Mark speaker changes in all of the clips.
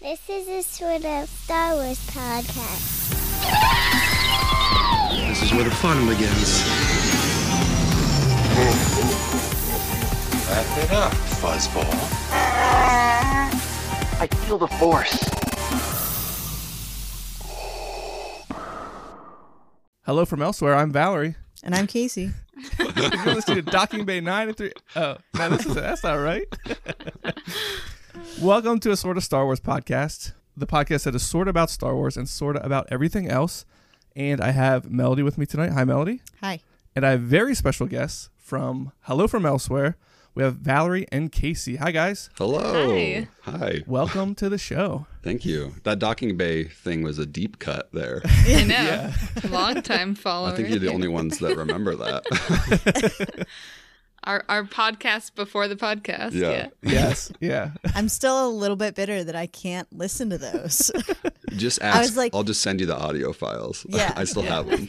Speaker 1: This is a sort of Star Wars podcast.
Speaker 2: This is where the fun begins.
Speaker 3: Wrap it up, fuzzball.
Speaker 4: I feel the force.
Speaker 5: Hello from elsewhere. I'm Valerie.
Speaker 6: And I'm Casey.
Speaker 5: You're listening to Docking Bay 9 and 3. Oh, no, this is, that's not right. Welcome to a sort of Star Wars podcast, the podcast that is sort of about Star Wars and sort of about everything else. And I have Melody with me tonight. Hi, Melody.
Speaker 6: Hi.
Speaker 5: And I have very special guests from Hello from Elsewhere. We have Valerie and Casey. Hi, guys.
Speaker 2: Hello.
Speaker 7: Hi.
Speaker 2: Hi.
Speaker 5: Welcome to the show.
Speaker 2: Thank you. That docking bay thing was a deep cut there.
Speaker 6: Oh,
Speaker 7: I know. Long time follower.
Speaker 2: I think you're the only ones that remember that.
Speaker 7: Our, our podcast before the podcast.
Speaker 2: Yeah.
Speaker 7: Yeah.
Speaker 5: Yes. Yeah.
Speaker 6: I'm still a little bit bitter that I can't listen to those.
Speaker 2: Just ask.
Speaker 6: I was like-
Speaker 2: I'll just send you the audio files.
Speaker 6: Yeah.
Speaker 2: I still have them.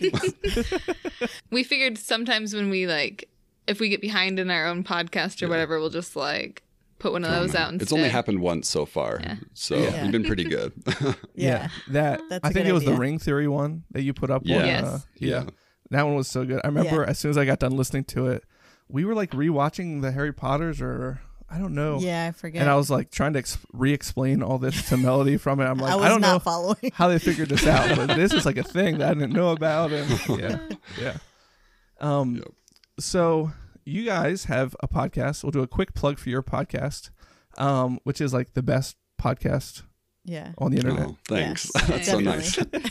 Speaker 7: We figured sometimes when we like, if we get behind in our own podcast or whatever, we'll just like put one of those out instead.
Speaker 2: It's only happened once so far. So
Speaker 6: Yeah.
Speaker 2: you've been pretty good.
Speaker 6: yeah.
Speaker 5: That
Speaker 6: That's
Speaker 5: I
Speaker 6: a
Speaker 5: think
Speaker 6: good
Speaker 5: it was the
Speaker 6: idea.
Speaker 5: ring theory one that you put up.
Speaker 2: Yeah.
Speaker 5: on,
Speaker 7: Yes.
Speaker 5: uh,
Speaker 2: Yeah.
Speaker 5: yeah. That one was so good. I remember
Speaker 6: Yeah.
Speaker 5: as soon as I got done listening to it, we were like rewatching the Harry Potters or I don't know.
Speaker 6: Yeah, I forget.
Speaker 5: And I was like trying to ex- re-explain all this to Melody from it. I'm like,
Speaker 6: I
Speaker 5: I,
Speaker 6: was
Speaker 5: don't
Speaker 6: not
Speaker 5: know
Speaker 6: following.
Speaker 5: how they figured this out, but this is like a thing that I didn't know about. And yeah, yeah. Um,
Speaker 2: Yep.
Speaker 5: so you guys have a podcast. We'll do a quick plug for your podcast, um, which is like the best podcast
Speaker 6: Yeah.
Speaker 5: on the internet.
Speaker 2: Oh, thanks.
Speaker 6: Yes,
Speaker 2: That's so
Speaker 6: definitely.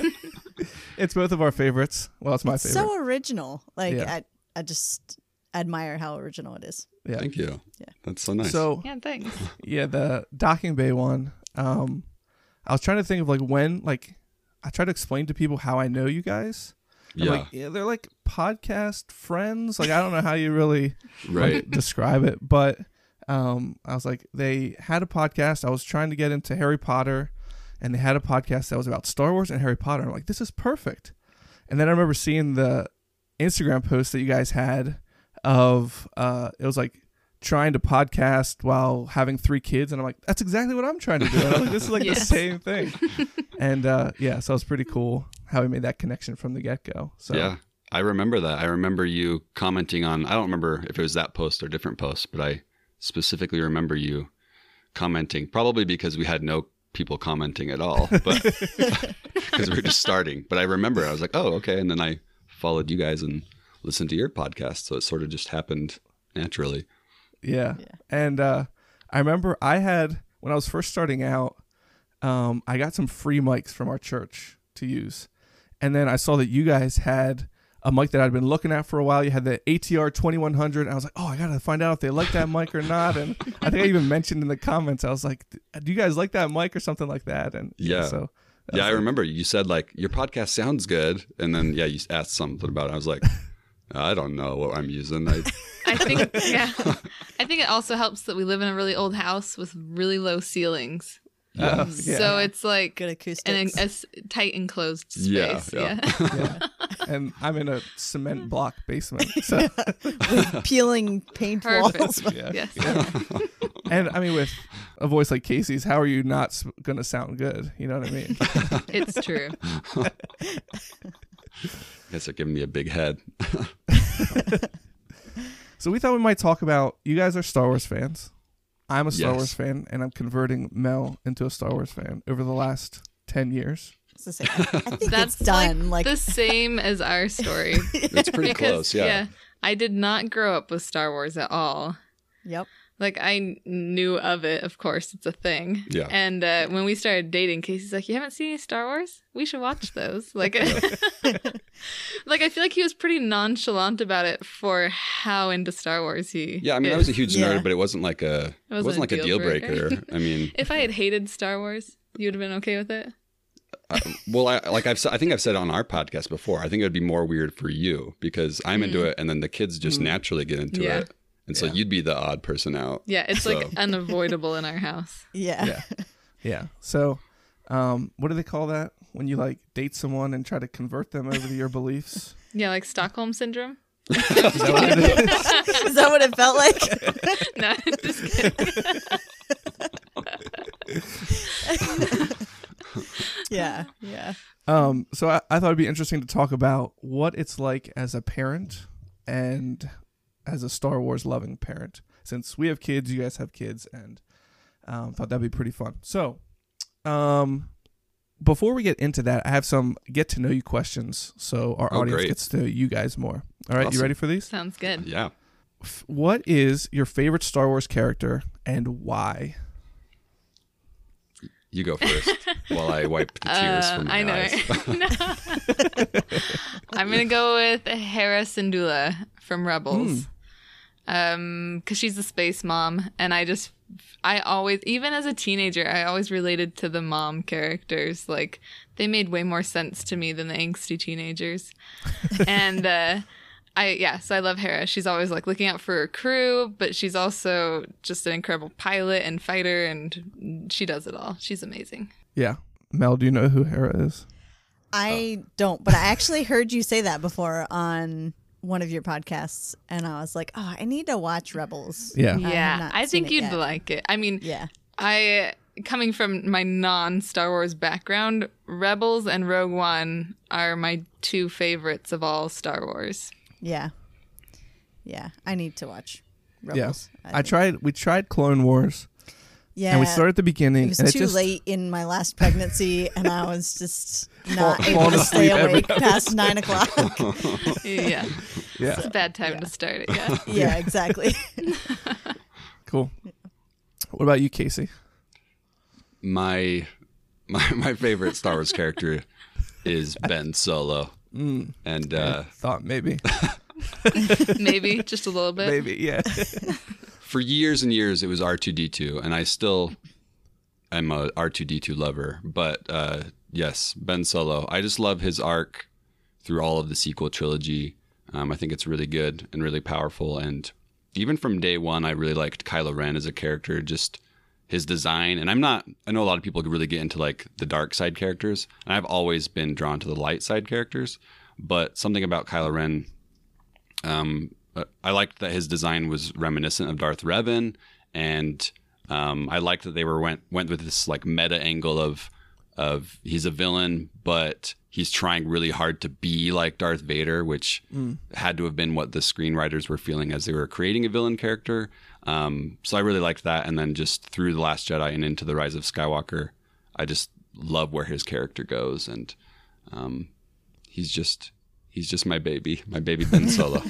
Speaker 2: nice.
Speaker 5: It's both of our favorites. Well, it's my
Speaker 6: It's
Speaker 5: favorite.
Speaker 6: so original. Like
Speaker 5: Yeah.
Speaker 6: I, I just admire how original it is.
Speaker 5: yeah.
Speaker 2: Thank you. That's so nice.
Speaker 5: So
Speaker 7: Yeah, thanks.
Speaker 5: yeah, the docking bay one. Um, I was trying to think of like when like I try to explain to people how I know you guys. I'm
Speaker 2: yeah.
Speaker 5: like, yeah, they're like podcast friends. Like I don't know how you really
Speaker 2: right.
Speaker 5: describe it, but um, I was like, they had a podcast. I was trying to get into Harry Potter, and they had a podcast that was about Star Wars and Harry Potter. I'm like, this is perfect. And then I remember seeing the Instagram post that you guys had of uh, it was like trying to podcast while having three kids, and I'm like, that's exactly what I'm trying to do. And I'm like, this is like the
Speaker 7: Yes.
Speaker 5: same thing. and uh, yeah, so it was pretty cool how we made that connection from the get go. So
Speaker 2: Yeah. I remember that. I remember you commenting on, I don't remember if it was that post or different post, but I specifically remember you commenting, probably because we had no people commenting at all, but because we were just starting. But I remember I was like, oh, okay. And then I followed you guys and listened to your podcast. So it sort of just happened naturally.
Speaker 5: Yeah. And uh, I remember I had when I was first starting out, um, I got some free mics from our church to use, and then I saw that you guys had a mic that I'd been looking at for a while. You had the ATR twenty one hundred, and I was like, oh, I gotta find out if they like that mic or not. And I think I even mentioned in the comments, I was like, uh, do you guys like that mic or something like that? And
Speaker 2: Yeah.
Speaker 5: so
Speaker 2: Yeah, I remember you said like your podcast sounds good, and then yeah, you asked something about it. I was like, I don't know what I'm using. I,
Speaker 7: I think, yeah. I think it also helps that we live in a really old house with really low ceilings.
Speaker 5: uh, yeah.
Speaker 2: Oh,
Speaker 7: So it's like
Speaker 6: Good
Speaker 7: an,
Speaker 6: acoustics.
Speaker 7: a s- tight enclosed space.
Speaker 2: Yeah,
Speaker 7: Yeah.
Speaker 2: yeah.
Speaker 5: yeah. and I'm in a cement block basement, so.
Speaker 6: Peeling paint
Speaker 7: Perfect.
Speaker 6: walls.
Speaker 5: Yeah.
Speaker 7: Yes.
Speaker 5: And I mean, with a voice like Casey's, how are you not s- going to sound good? You know what I mean?
Speaker 7: It's true.
Speaker 2: guess they're giving me a big head.
Speaker 5: so we thought we might talk about you guys are Star Wars fans. I'm a Star
Speaker 2: Yes.
Speaker 5: Wars fan, and I'm converting Mel into a Star Wars fan over the last ten years.
Speaker 6: It's the same. I think
Speaker 7: That's
Speaker 6: it's done. Like,
Speaker 7: the same as our story.
Speaker 2: It's pretty close. Yeah.
Speaker 7: I did not grow up with Star Wars at all.
Speaker 6: yep.
Speaker 7: Like I kn- knew of it, of course, it's a thing.
Speaker 2: Yeah.
Speaker 7: And uh, when we started dating, Casey's like, "You haven't seen any Star Wars? We should watch those." Like, like I feel like he was pretty nonchalant about it for how into Star Wars he.
Speaker 2: Yeah, I mean, I
Speaker 7: is.
Speaker 2: was a huge
Speaker 6: Yeah.
Speaker 2: nerd, but it wasn't like a it wasn't, like a deal breaker. I mean,
Speaker 7: If I had hated Star Wars, you would have been okay with it.
Speaker 2: well, I, like I've s- I think I've said on our podcast before. I think it would be more weird for you because I'm into it, and then the kids just naturally get into
Speaker 7: Yeah.
Speaker 2: it, and so you'd be the odd person out.
Speaker 7: Yeah, it's
Speaker 2: So-
Speaker 7: like unavoidable in our house.
Speaker 6: Yeah.
Speaker 5: Yeah. Yeah. So, um, what do they call that when you like date someone and try to convert them over to your beliefs?
Speaker 7: Yeah, like Stockholm syndrome.
Speaker 5: Is that what it is?
Speaker 6: Is that what it felt like?
Speaker 7: No, just kidding.
Speaker 6: yeah, yeah.
Speaker 5: Um, so I, I thought it'd be interesting to talk about what it's like as a parent and as a Star Wars loving parent. Since we have kids, you guys have kids, and um, thought that'd be pretty fun. So, um, before we get into that, I have some get to know you questions so our
Speaker 2: Oh,
Speaker 5: audience
Speaker 2: great.
Speaker 5: gets to know you guys more. All right, you
Speaker 2: Awesome.
Speaker 5: ready for these?
Speaker 7: Sounds good.
Speaker 2: Yeah.
Speaker 5: F- What is your favorite Star Wars character and why?
Speaker 2: You go first while I wipe the tears
Speaker 7: Uh,
Speaker 2: from my
Speaker 7: I know.
Speaker 2: eyes.
Speaker 7: right? No. I'm gonna go with Hera Syndulla from Rebels, um, because she's a space mom, and I just, I always, even as a teenager, I always related to the mom characters. Like they made way more sense to me than the angsty teenagers, and. uh I yeah, so I love Hera. She's always like looking out for her crew, but she's also just an incredible pilot and fighter and she does it all. She's amazing.
Speaker 5: Yeah, Mel, do you know who Hera is?
Speaker 6: I
Speaker 5: Oh.
Speaker 6: don't, but I actually heard you say that before on one of your podcasts, and I was like, oh, I need to watch Rebels.
Speaker 5: Yeah,
Speaker 6: I have
Speaker 7: Yeah,
Speaker 6: not
Speaker 7: I, think
Speaker 6: seen it
Speaker 7: you'd
Speaker 6: yet.
Speaker 7: like it. I mean,
Speaker 6: Yeah,
Speaker 7: I coming from my non Star Wars background, Rebels and Rogue One are my two favorites of all Star Wars.
Speaker 6: yeah, yeah. I need to watch
Speaker 5: yeah.
Speaker 6: Rebels.
Speaker 5: I,
Speaker 6: think.
Speaker 5: tried. We tried Clone Wars,
Speaker 6: Yeah,
Speaker 5: and we started at the beginning.
Speaker 6: It was
Speaker 5: and
Speaker 6: too
Speaker 5: just,
Speaker 6: late in my last pregnancy, and I was just not
Speaker 5: Fall-
Speaker 6: able
Speaker 5: falling
Speaker 6: to stay
Speaker 5: asleep every
Speaker 6: awake past nine o'clock. yeah,
Speaker 7: Yeah,
Speaker 5: Yeah,
Speaker 7: it's a bad time to start it. Yeah.
Speaker 6: exactly.
Speaker 5: cool. What about you, Casey?
Speaker 2: my my my favorite Star Wars character is Ben Solo, and uh,
Speaker 5: Thought maybe,
Speaker 7: Maybe just a little bit.
Speaker 5: maybe, yeah.
Speaker 2: for years and years it was R two D two, and I still am a R two D two lover. But uh, yes, Ben Solo, I just love his arc through all of the sequel trilogy. Um, I think it's really good and really powerful, and even from day one, I really liked Kylo Ren as a character. Just his design and i'm not i know a lot of people really get into like the dark side characters and i've always been drawn to the light side characters but something about kylo ren um, uh, i liked that his design was reminiscent of darth revan and um, i liked that they were went went with this like meta angle of of he's a villain but he's trying really hard to be like darth vader which had to have been what the screenwriters were feeling as they were creating a villain character um, so I really liked that. And then just through The Last Jedi and into The Rise of Skywalker, I just love where his character goes. And um, he's just he's just my baby, my baby Ben Solo.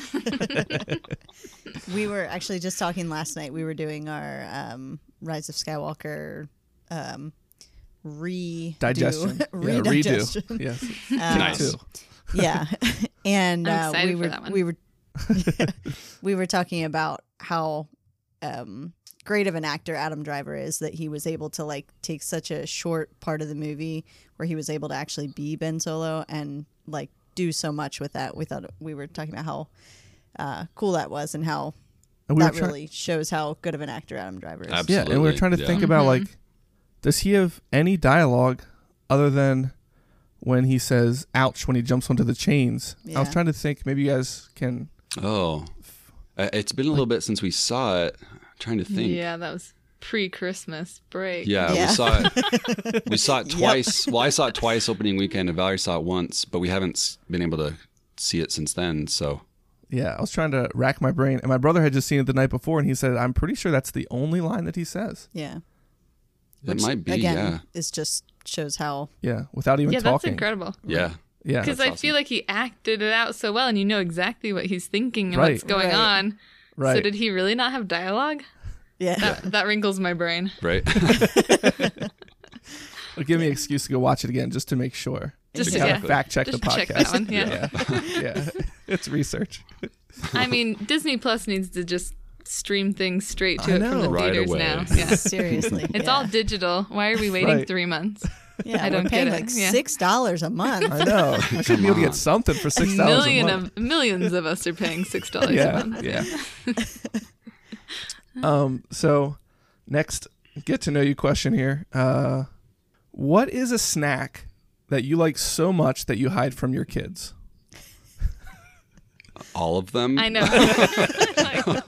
Speaker 6: We were actually just talking last night. We were doing our um, Rise of Skywalker um, redo,
Speaker 5: Digestion, yeah,
Speaker 6: redigestion.
Speaker 5: redo. Yes,
Speaker 6: Um,
Speaker 2: nice.
Speaker 5: too.
Speaker 6: yeah and
Speaker 7: I'm
Speaker 6: uh,
Speaker 7: excited
Speaker 6: we
Speaker 7: for
Speaker 6: were
Speaker 7: that one.
Speaker 6: we were we were talking about how um great of an actor adam driver is that he was able to like take such a short part of the movie where he was able to actually be ben solo and like do so much with that we thought we were talking about how uh, cool that was and how
Speaker 5: And we
Speaker 6: that
Speaker 5: were trying,
Speaker 6: really shows how good of an actor adam driver is
Speaker 2: Absolutely.
Speaker 5: yeah, and we were trying to
Speaker 2: Yeah.
Speaker 5: think about
Speaker 6: Mm-hmm.
Speaker 5: like, does he have any dialogue other than when he says "ouch" when he jumps onto the chains? I was
Speaker 6: Yeah.
Speaker 5: trying to think. Maybe you guys can.
Speaker 2: Oh, I- it's been a little bit since we saw it. I'm trying to think.
Speaker 7: Yeah, that was pre Christmas break.
Speaker 2: Yeah,
Speaker 6: Yeah.
Speaker 2: we saw it. We saw it twice. Well, I saw it twice opening weekend, and Valerie saw it once, but we haven't s- been able to see it since then. So
Speaker 5: Yeah, I was trying to rack my brain, and my brother had just seen it the night before, and he said, "I'm pretty sure that's the only line that he says."
Speaker 6: yeah
Speaker 2: it might be.
Speaker 6: again
Speaker 2: Yeah,
Speaker 6: is just shows how
Speaker 5: Yeah, without even
Speaker 7: Yeah, that's
Speaker 5: talking.
Speaker 7: incredible.
Speaker 2: yeah.
Speaker 5: Yeah,
Speaker 7: Because I
Speaker 2: that's
Speaker 7: feel like he acted it out so well, and you know exactly what he's thinking and what's
Speaker 5: Right.
Speaker 7: going
Speaker 6: Right.
Speaker 7: on.
Speaker 5: right.
Speaker 7: So did he really not have dialogue?
Speaker 6: yeah
Speaker 7: That, that wrinkles my brain.
Speaker 2: Right.
Speaker 5: It'll give me an excuse to go watch it again just to make sure.
Speaker 7: Just
Speaker 5: to
Speaker 7: to-
Speaker 5: kind
Speaker 7: yeah.
Speaker 5: of fact check
Speaker 7: Just
Speaker 5: the podcast.
Speaker 7: check that one. Yeah.
Speaker 5: yeah. Yeah. It's research.
Speaker 7: I mean, Disney Plus needs to just stream things straight to
Speaker 5: I
Speaker 7: it from the
Speaker 5: know.
Speaker 2: Right
Speaker 7: theaters
Speaker 2: away.
Speaker 7: now. Yeah. It's
Speaker 6: seriously yeah.
Speaker 7: all digital. Why are we waiting
Speaker 5: Right.
Speaker 7: three months?
Speaker 6: Yeah,
Speaker 7: I
Speaker 6: we're
Speaker 7: don't
Speaker 6: paying
Speaker 7: get it.
Speaker 6: like
Speaker 7: Yeah.
Speaker 6: six dollars a month.
Speaker 5: I know. I should be able to
Speaker 2: on.
Speaker 5: get something for six dollars a
Speaker 7: Million
Speaker 5: month.
Speaker 7: of millions of us are paying six dollars a
Speaker 5: yeah,
Speaker 7: month.
Speaker 5: yeah. um. So, next get to know you question here. Uh, what is a snack that you like so much that you hide from your kids?
Speaker 2: All of them.
Speaker 7: I know. Like,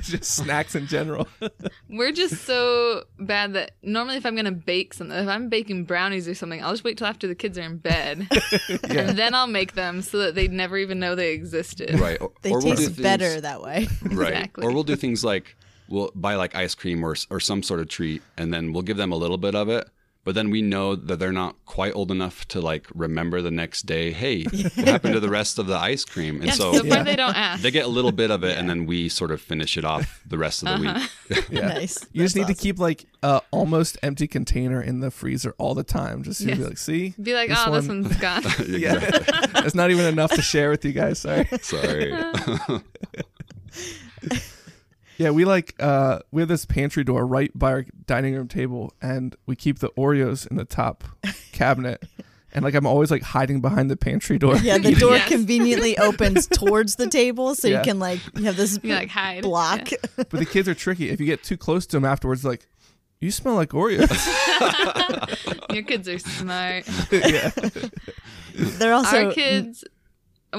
Speaker 5: just snacks in general.
Speaker 7: We're just so bad that normally if I'm gonna bake something, if I'm baking brownies or something, I'll just wait till after the kids are in bed, and then I'll make them so that they'd never even know they existed.
Speaker 2: right? Or,
Speaker 6: They
Speaker 2: or we'll do
Speaker 6: taste
Speaker 2: things-
Speaker 6: better that way.
Speaker 2: right?
Speaker 7: Exactly.
Speaker 2: Or we'll do things like we'll buy like ice cream or s- or some sort of treat, and then we'll give them a little bit of it. But then we know that they're not quite old enough to like remember the next day. Hey, what happened to the rest of the ice cream? And
Speaker 7: Yeah,
Speaker 2: so
Speaker 7: so,
Speaker 5: Yeah.
Speaker 7: far they don't ask.
Speaker 2: they get a little bit of it, and then we sort of finish it off the rest of the
Speaker 7: Uh-huh.
Speaker 2: week.
Speaker 6: Nice.
Speaker 5: You just need
Speaker 6: That's
Speaker 5: to keep like a almost empty container in the freezer all the time. Just so you be
Speaker 7: Yes.
Speaker 5: like, see,
Speaker 7: Be like,
Speaker 5: This
Speaker 7: oh, this
Speaker 5: one-
Speaker 7: one's gone.
Speaker 5: yeah, it's not even enough to share with you guys. Sorry.
Speaker 2: Sorry.
Speaker 5: Yeah, we like uh we have this pantry door right by our dining room table and we keep the Oreos in the top cabinet. And like I'm always like hiding behind the pantry door.
Speaker 6: awesome. Yeah, the door
Speaker 7: Yes.
Speaker 6: conveniently opens towards the table, so
Speaker 5: Yeah.
Speaker 6: you can like you have this
Speaker 7: You, like, hide.
Speaker 6: block.
Speaker 5: But the kids are tricky. If you get too close to them afterwards, like, you smell like Oreos.
Speaker 7: Your kids are smart.
Speaker 5: yeah.
Speaker 6: They're also
Speaker 7: Our kids,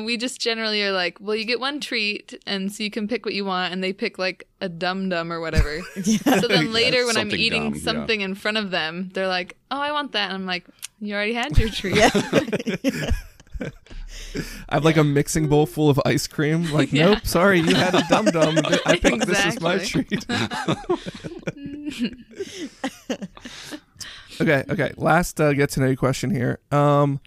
Speaker 7: we just generally are like, well, you get one treat, and so you can pick what you want, and they pick like a dum dum or whatever. So then later, when I'm
Speaker 2: Something
Speaker 7: eating
Speaker 2: dumb, yeah.
Speaker 7: something in front of them, they're like, oh, I want that. And I'm like, you already had your treat.
Speaker 5: I have like a mixing bowl full of ice cream. Like, nope, sorry, you had a dum dum. I think this is my
Speaker 7: Exactly.
Speaker 5: treat. okay, okay. Last uh, get to know you question here. Um,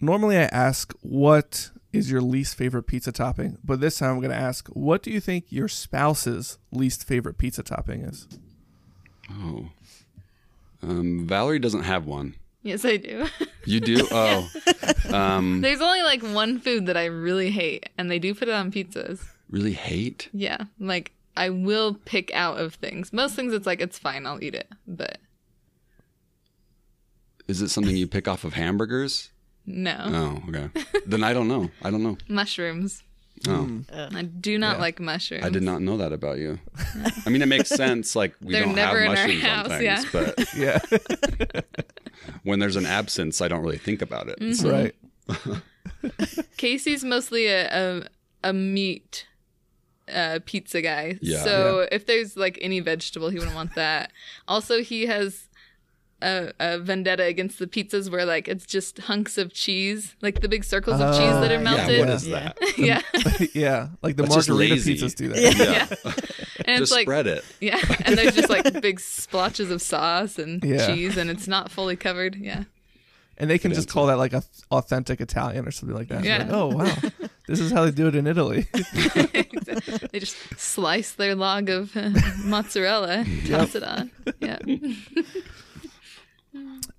Speaker 5: normally I ask what is your least favorite pizza topping, but this time I'm going to ask what do you think your spouse's least favorite pizza topping is?
Speaker 2: Oh. Um, Valerie doesn't have one.
Speaker 7: Yes, I do.
Speaker 2: You do? Oh. Um,
Speaker 7: There's only like one food that I really hate, and they do put it on pizzas.
Speaker 2: really hate?
Speaker 7: Yeah, like I will pick out of things. Most things, it's like it's fine, I'll eat it. But
Speaker 2: Is it something you pick off of hamburgers?
Speaker 7: no,
Speaker 2: Oh, okay. Then I don't know. I don't know.
Speaker 7: mushrooms.
Speaker 2: Oh.
Speaker 7: I do not like mushrooms.
Speaker 2: I did not know that about you. I mean, it makes sense. Like we
Speaker 7: They're
Speaker 2: don't
Speaker 7: never in
Speaker 2: have
Speaker 7: our
Speaker 2: mushrooms
Speaker 7: house,
Speaker 2: on things,
Speaker 7: yeah.
Speaker 2: but
Speaker 5: Yeah,
Speaker 2: when there's an absence, I don't really think about it.
Speaker 7: Mm-hmm.
Speaker 2: So
Speaker 5: right.
Speaker 7: Casey's mostly a a, a meat uh, pizza guy.
Speaker 2: Yeah.
Speaker 7: So if there's like any vegetable, he wouldn't want that. also, he has a, a vendetta against the pizzas where like it's just hunks of cheese, like the big circles of cheese that are
Speaker 2: yeah,
Speaker 6: Oh,
Speaker 7: melted.
Speaker 2: what
Speaker 5: Yeah.
Speaker 2: is
Speaker 6: Yeah.
Speaker 2: that?
Speaker 7: yeah.
Speaker 5: yeah, like the
Speaker 2: That's just
Speaker 5: margarita
Speaker 2: lazy.
Speaker 5: pizzas do that.
Speaker 6: Yeah.
Speaker 2: Yeah,
Speaker 7: And
Speaker 2: just
Speaker 7: it's like
Speaker 2: spread it.
Speaker 7: yeah, and there's just like big splotches of sauce and
Speaker 5: Yeah.
Speaker 7: cheese, and it's not fully covered. Yeah.
Speaker 5: And they can just call that like a th- authentic Italian or something like that.
Speaker 7: Yeah.
Speaker 5: Like, oh wow, this is how they do it in Italy.
Speaker 7: they just slice their log of uh, mozzarella, toss it on. Yeah.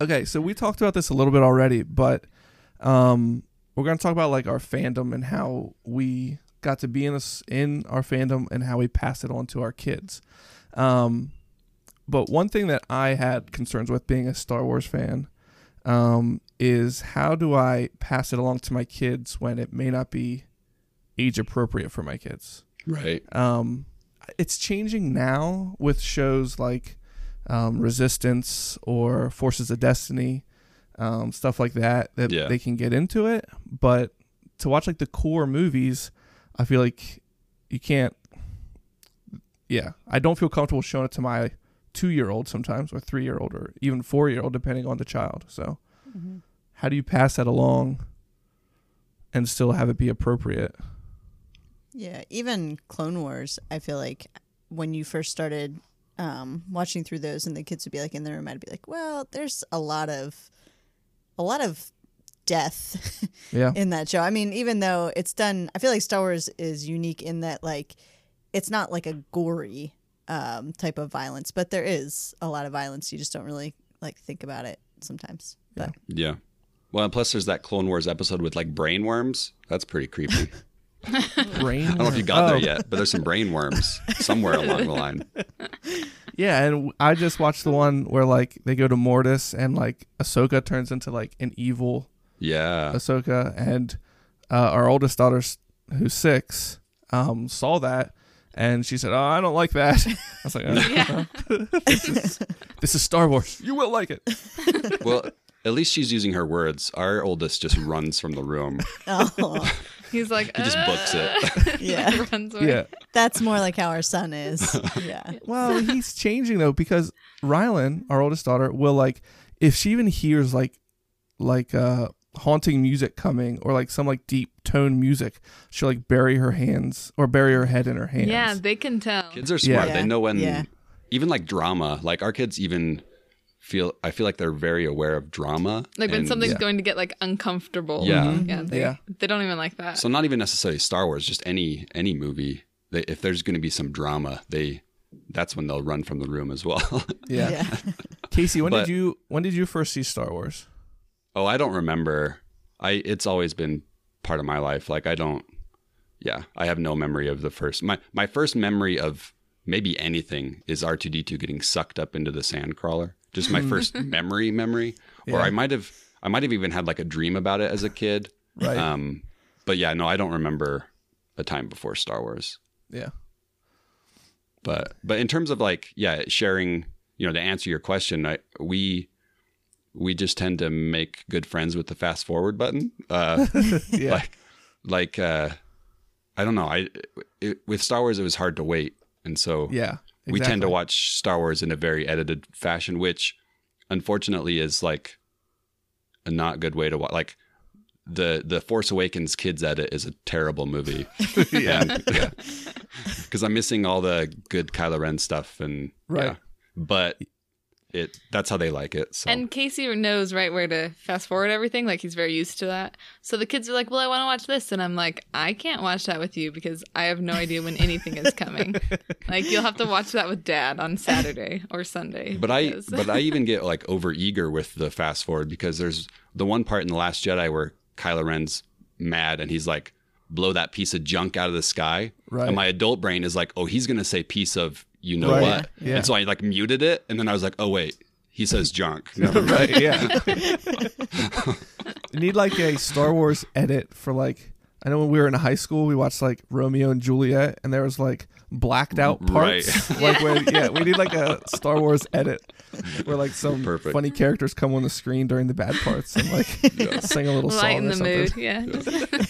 Speaker 5: okay, so we talked about this a little bit already, but um, we're gonna talk about like our fandom and how we got to be in this in our fandom and how we pass it on to our kids. Um, but one thing that I had concerns with being a Star Wars fan um, is how do I pass it along to my kids when it may not be age appropriate for my kids.
Speaker 2: Right.
Speaker 5: um, it's changing now with shows like um, Resistance or Forces of Destiny, um, stuff like that, that
Speaker 2: Yeah.
Speaker 5: they can get into it. But to watch like the core movies, I feel like you can't. Yeah, I don't feel comfortable showing it to my two year old sometimes, or three year old, or even four year old, depending on the child. So, how do you pass that along and still have it be appropriate?
Speaker 6: Yeah, even Clone Wars, I feel like when you first started um, watching through those and the kids would be like in the room, I'd be like, Well, there's a lot of a lot of death
Speaker 5: Yeah.
Speaker 6: in that show. I mean, even though it's done I feel like Star Wars is unique in that like it's not like a gory um, type of violence, but there is a lot of violence. You just don't really like think about it sometimes. But
Speaker 2: Yeah. Well, and plus there's that Clone Wars episode with like brain worms. That's pretty creepy.
Speaker 5: Brain
Speaker 2: I don't know if you got there yet, but there's some brain worms somewhere along the line.
Speaker 5: Yeah, and w- I just watched the one where like they go to Mortis and like Ahsoka turns into like an evil
Speaker 2: Yeah.
Speaker 5: Ahsoka, and uh, our oldest daughter, s- who's six, um, saw that and she said, "Oh, I don't like that." I was like, oh, well, this, is, "This is Star Wars. You will like it."
Speaker 2: Well, at least she's using her words. Our oldest just runs from the room.
Speaker 6: oh
Speaker 7: He's like,
Speaker 2: He just books
Speaker 7: it.
Speaker 6: Yeah.
Speaker 7: runs away.
Speaker 5: Yeah.
Speaker 6: That's more like how our son is. Yeah.
Speaker 5: Well, he's changing though because Rylan, our oldest daughter, will like if she even hears like like uh haunting music coming or like some like deep tone music, she'll like bury her hands or bury her head in her hands.
Speaker 7: Yeah, they can tell.
Speaker 2: Kids are smart.
Speaker 6: Yeah.
Speaker 2: They know when
Speaker 6: Yeah.
Speaker 2: even like drama, like our kids even feel I feel like they're very aware of drama.
Speaker 7: Like when
Speaker 2: and-
Speaker 7: something's going to get like uncomfortable.
Speaker 2: Yeah.
Speaker 7: Yeah. They,
Speaker 5: Yeah.
Speaker 7: they don't even like that.
Speaker 2: So not even necessarily Star Wars, just any any movie. They, if there's going to be some drama, they that's when they'll run from the room as well.
Speaker 5: Yeah.
Speaker 6: Yeah.
Speaker 5: Casey, when
Speaker 2: But-
Speaker 5: did you when did you first see Star Wars?
Speaker 2: oh, I don't remember. I it's always been part of my life. Like I don't. Yeah, I have no memory of the first. My my first memory of maybe anything is R two D two getting sucked up into the sand crawler. Just my first memory memory, or
Speaker 5: Yeah.
Speaker 2: I might have I might have even had like a dream about it as a kid.
Speaker 5: Right.
Speaker 2: Um, but yeah, no, I don't remember a time before Star Wars.
Speaker 5: yeah.
Speaker 2: but but in terms of like yeah sharing you know to answer your question I, we we just tend to make good friends with the fast forward button uh
Speaker 5: Yeah.
Speaker 2: like like uh i don't know i it, with star wars it was hard to wait and so
Speaker 5: yeah.
Speaker 2: we tend to
Speaker 5: exactly.
Speaker 2: watch star wars in a very edited fashion which unfortunately is like a not good way to watch like the the force awakens kids edit is a terrible movie
Speaker 5: yeah.
Speaker 2: yeah. Because I'm missing all the good Kylo Ren stuff and
Speaker 5: Right.
Speaker 2: yeah. But it that's how they like it. So
Speaker 7: And Casey knows right where to fast forward everything. Like he's very used to that. So the kids are like, "Well, I want to watch this," and I'm like, "I can't watch that with you because I have no idea when anything is coming. like you'll have to watch that with Dad on Saturday or Sunday."
Speaker 2: but I
Speaker 7: because-
Speaker 2: but I even get like over eager with the fast forward because there's the one part in the Last Jedi where Kylo Ren's mad and he's like, blow that piece of junk out of the sky.
Speaker 5: Right.
Speaker 2: And my adult brain is like, oh, he's gonna say piece of you know
Speaker 5: Right.
Speaker 2: what.
Speaker 5: Yeah.
Speaker 2: And so I like muted it and then I was like, oh wait, he says junk.
Speaker 5: right. Yeah. you need like a Star Wars edit for like. I know when we were in high school, we watched like Romeo and Juliet, and there was like blacked out
Speaker 2: Right.
Speaker 5: parts. Like where, yeah, we need like a Star Wars edit where like some
Speaker 2: Perfect.
Speaker 5: funny characters come on the screen during the bad parts and like sing a little song
Speaker 7: lighten
Speaker 5: or
Speaker 7: the
Speaker 5: something.
Speaker 7: mood. Yeah.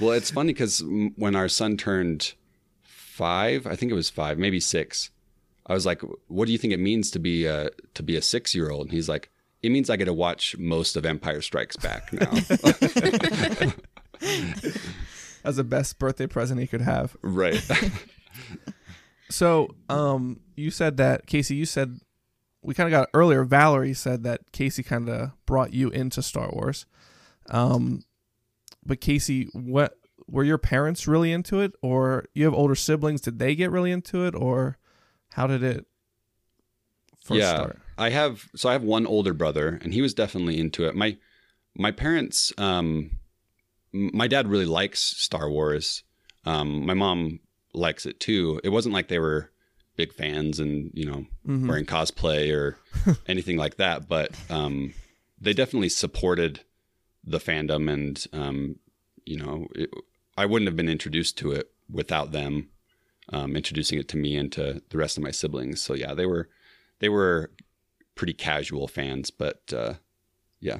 Speaker 2: Well, it's funny because when our son turned five, I think it was five, maybe six, I was like, "What do you think it means to be a to be a six year old?" And he's like, "It means I get to watch most of Empire Strikes Back now."
Speaker 5: As the best birthday present he could have.
Speaker 2: right.
Speaker 5: So, um, you said that Casey. You said we kind of got earlier. Valerie said that Casey kind of brought you into Star Wars. Um, but Casey, what were your parents really into it, or you have older siblings? Did they get really into it, or how did it first
Speaker 2: yeah,
Speaker 5: start?
Speaker 2: I have so I have one older brother, and he was definitely into it. My my parents, um, m- my dad really likes Star Wars. Um, my mom likes it too. It wasn't like they were big fans, and you know,
Speaker 5: Mhm.
Speaker 2: wearing cosplay or anything like that. But um, they definitely supported the fandom, and um, you know, it, I wouldn't have been introduced to it without them um, introducing it to me and to the rest of my siblings. So yeah, they were they were pretty casual fans, but uh, yeah,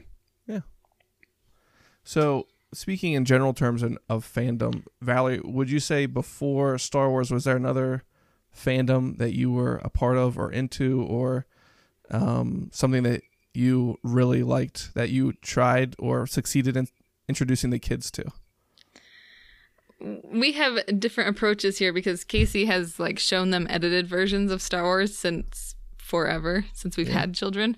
Speaker 5: So, speaking in general terms and of fandom, Valerie, would you say before Star Wars was there another fandom that you were a part of or into, or um, something that you really liked that you tried or succeeded in introducing the kids to?
Speaker 7: we have different approaches here because Casey has like shown them edited versions of Star Wars since forever, since we've had children.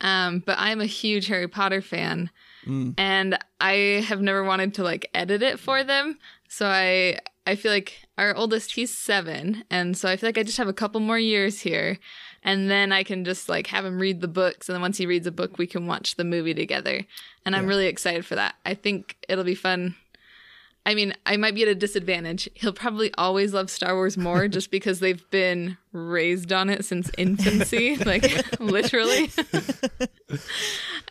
Speaker 7: Um, but I'm a huge Harry Potter fan, and I have never wanted to like edit it for them. So I I feel like our oldest he's seven, and so I feel like I just have a couple more years here, and then I can just like have him read the books, and then once he reads a book, we can watch the movie together. And I'm really excited for that. I think it'll be fun I mean, I might be at a disadvantage. He'll probably always love Star Wars more just because they've been raised on it since infancy, like literally.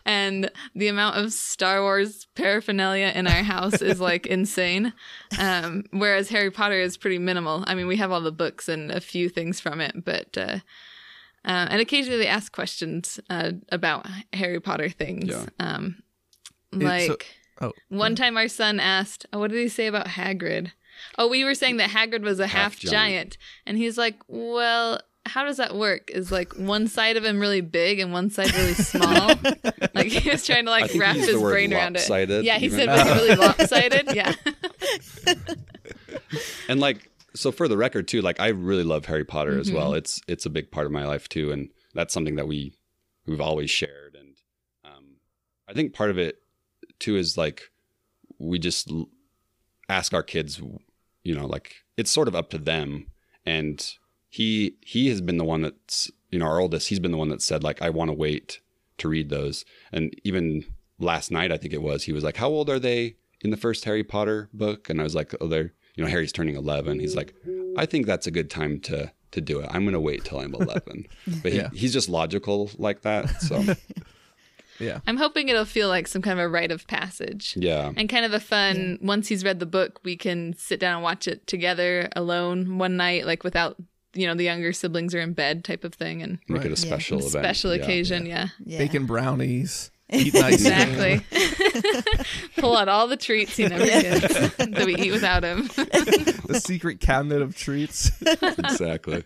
Speaker 7: and the amount of Star Wars paraphernalia in our house is like insane. Um, whereas Harry Potter is pretty minimal. I mean, we have all the books and a few things from it, but. Uh, uh, and occasionally they ask questions uh, about Harry Potter things.
Speaker 2: Yeah.
Speaker 7: Um,
Speaker 5: It- so-
Speaker 7: like,
Speaker 5: Oh.
Speaker 7: One time our son asked, oh, what did he say about Hagrid? Oh, we were saying that Hagrid was a half,
Speaker 2: Half-giant.
Speaker 7: giant. And he's like, well, how does that work? Is like one side of him really big and one side really small? like he was trying to
Speaker 2: I
Speaker 7: like
Speaker 2: think he
Speaker 7: wrap
Speaker 2: used
Speaker 7: his
Speaker 2: the word
Speaker 7: brain around it.
Speaker 2: lopsided,
Speaker 7: Yeah, he
Speaker 2: even.
Speaker 7: said was he really lopsided? Yeah.
Speaker 2: and like so for the record too like i really love harry potter as well it's it's a big part of my life too and that's something that we we've always shared and um, i think part of it too is like we just l- ask our kids you know like it's sort of up to them and he he has been the one that's you know our oldest he's been the one that said like i want to wait to read those and even last night i think it was he was like how old are they in the first harry potter book and i was like oh they're you know harry's turning 11 he's like i think that's a good time to to do it i'm going to wait till i'm 11 but he,
Speaker 5: Yeah.
Speaker 2: he's just logical like that so
Speaker 5: Yeah.
Speaker 7: I'm hoping it'll feel like some kind of a rite of passage.
Speaker 2: yeah
Speaker 7: And kind of a fun, once he's read the book, we can sit down and watch it together alone one night, like without, you know, the younger siblings are in bed type of thing and
Speaker 2: make it
Speaker 5: Right.
Speaker 2: a special event
Speaker 7: special
Speaker 2: Yeah.
Speaker 7: occasion. Yeah.
Speaker 6: Yeah.
Speaker 5: Bacon brownies. Eat nice.
Speaker 7: Exactly. Pull out all the treats he never gets that we eat without him.
Speaker 5: the secret cabinet of treats.
Speaker 2: exactly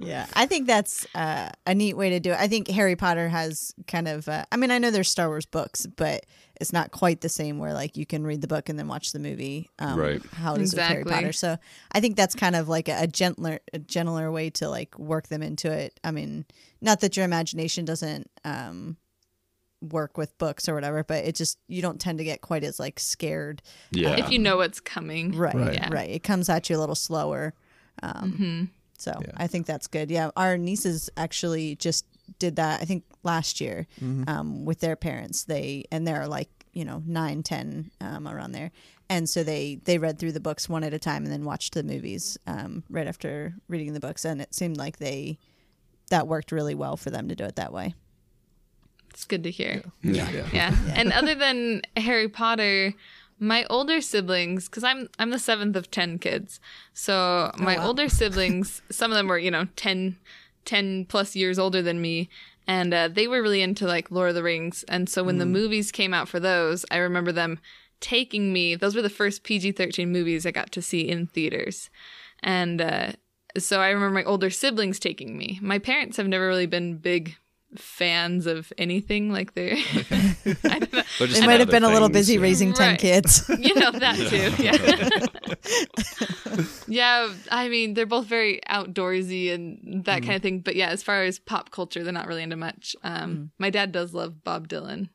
Speaker 6: Yeah, I think that's uh, a neat way to do it. I think Harry Potter has kind of, uh, I mean, I know there's Star Wars books, but it's not quite the same where like you can read the book and then watch the movie. Um,
Speaker 2: Right.
Speaker 6: How it is with
Speaker 7: Exactly.
Speaker 6: Harry Potter. So I think that's kind of like a, a gentler, a gentler way to like work them into it. I mean, not that your imagination doesn't um, work with books or whatever, but it just, you don't tend to get quite as like scared.
Speaker 2: yeah
Speaker 7: If you know what's coming.
Speaker 6: Right.
Speaker 5: Right.
Speaker 6: Right.
Speaker 7: Yeah.
Speaker 6: It comes at you a little slower. Um,
Speaker 7: hmm
Speaker 6: So
Speaker 5: Yeah.
Speaker 6: I think that's good. Yeah, our nieces actually just did that. I think last year
Speaker 5: Mm-hmm.
Speaker 6: um, with their parents. They and they're like you know nine, ten, um, around there, and so they they read through the books one at a time and then watched the movies um, right after reading the books, and it seemed like they that worked really well for them to do it that way.
Speaker 7: It's good to hear.
Speaker 2: yeah, yeah.
Speaker 7: yeah. And other than Harry Potter, my older siblings, because I'm I'm the seventh of ten kids, so
Speaker 2: Oh,
Speaker 7: my older siblings, some of them were you know 10, 10 plus years older than me, and uh, they were really into like Lord of the Rings, and so when the
Speaker 2: Mm.
Speaker 7: movies came out for those, I remember them taking me. Those were the first PG thirteen movies I got to see in theaters, and uh, so I remember my older siblings taking me. My parents have never really been big fans of anything like they're I don't know.
Speaker 2: They're just
Speaker 6: They
Speaker 2: into
Speaker 6: might have
Speaker 2: other
Speaker 6: been a little
Speaker 2: things,
Speaker 6: busy
Speaker 2: yeah.
Speaker 6: raising ten
Speaker 7: Right.
Speaker 6: kids.
Speaker 7: you know that too. Yeah. yeah, I mean they're both very outdoorsy and
Speaker 5: Mm-hmm.
Speaker 7: that kind of thing. But yeah, as far as pop culture, they're not really into much. Um,
Speaker 6: Mm.
Speaker 7: My dad does love Bob Dylan.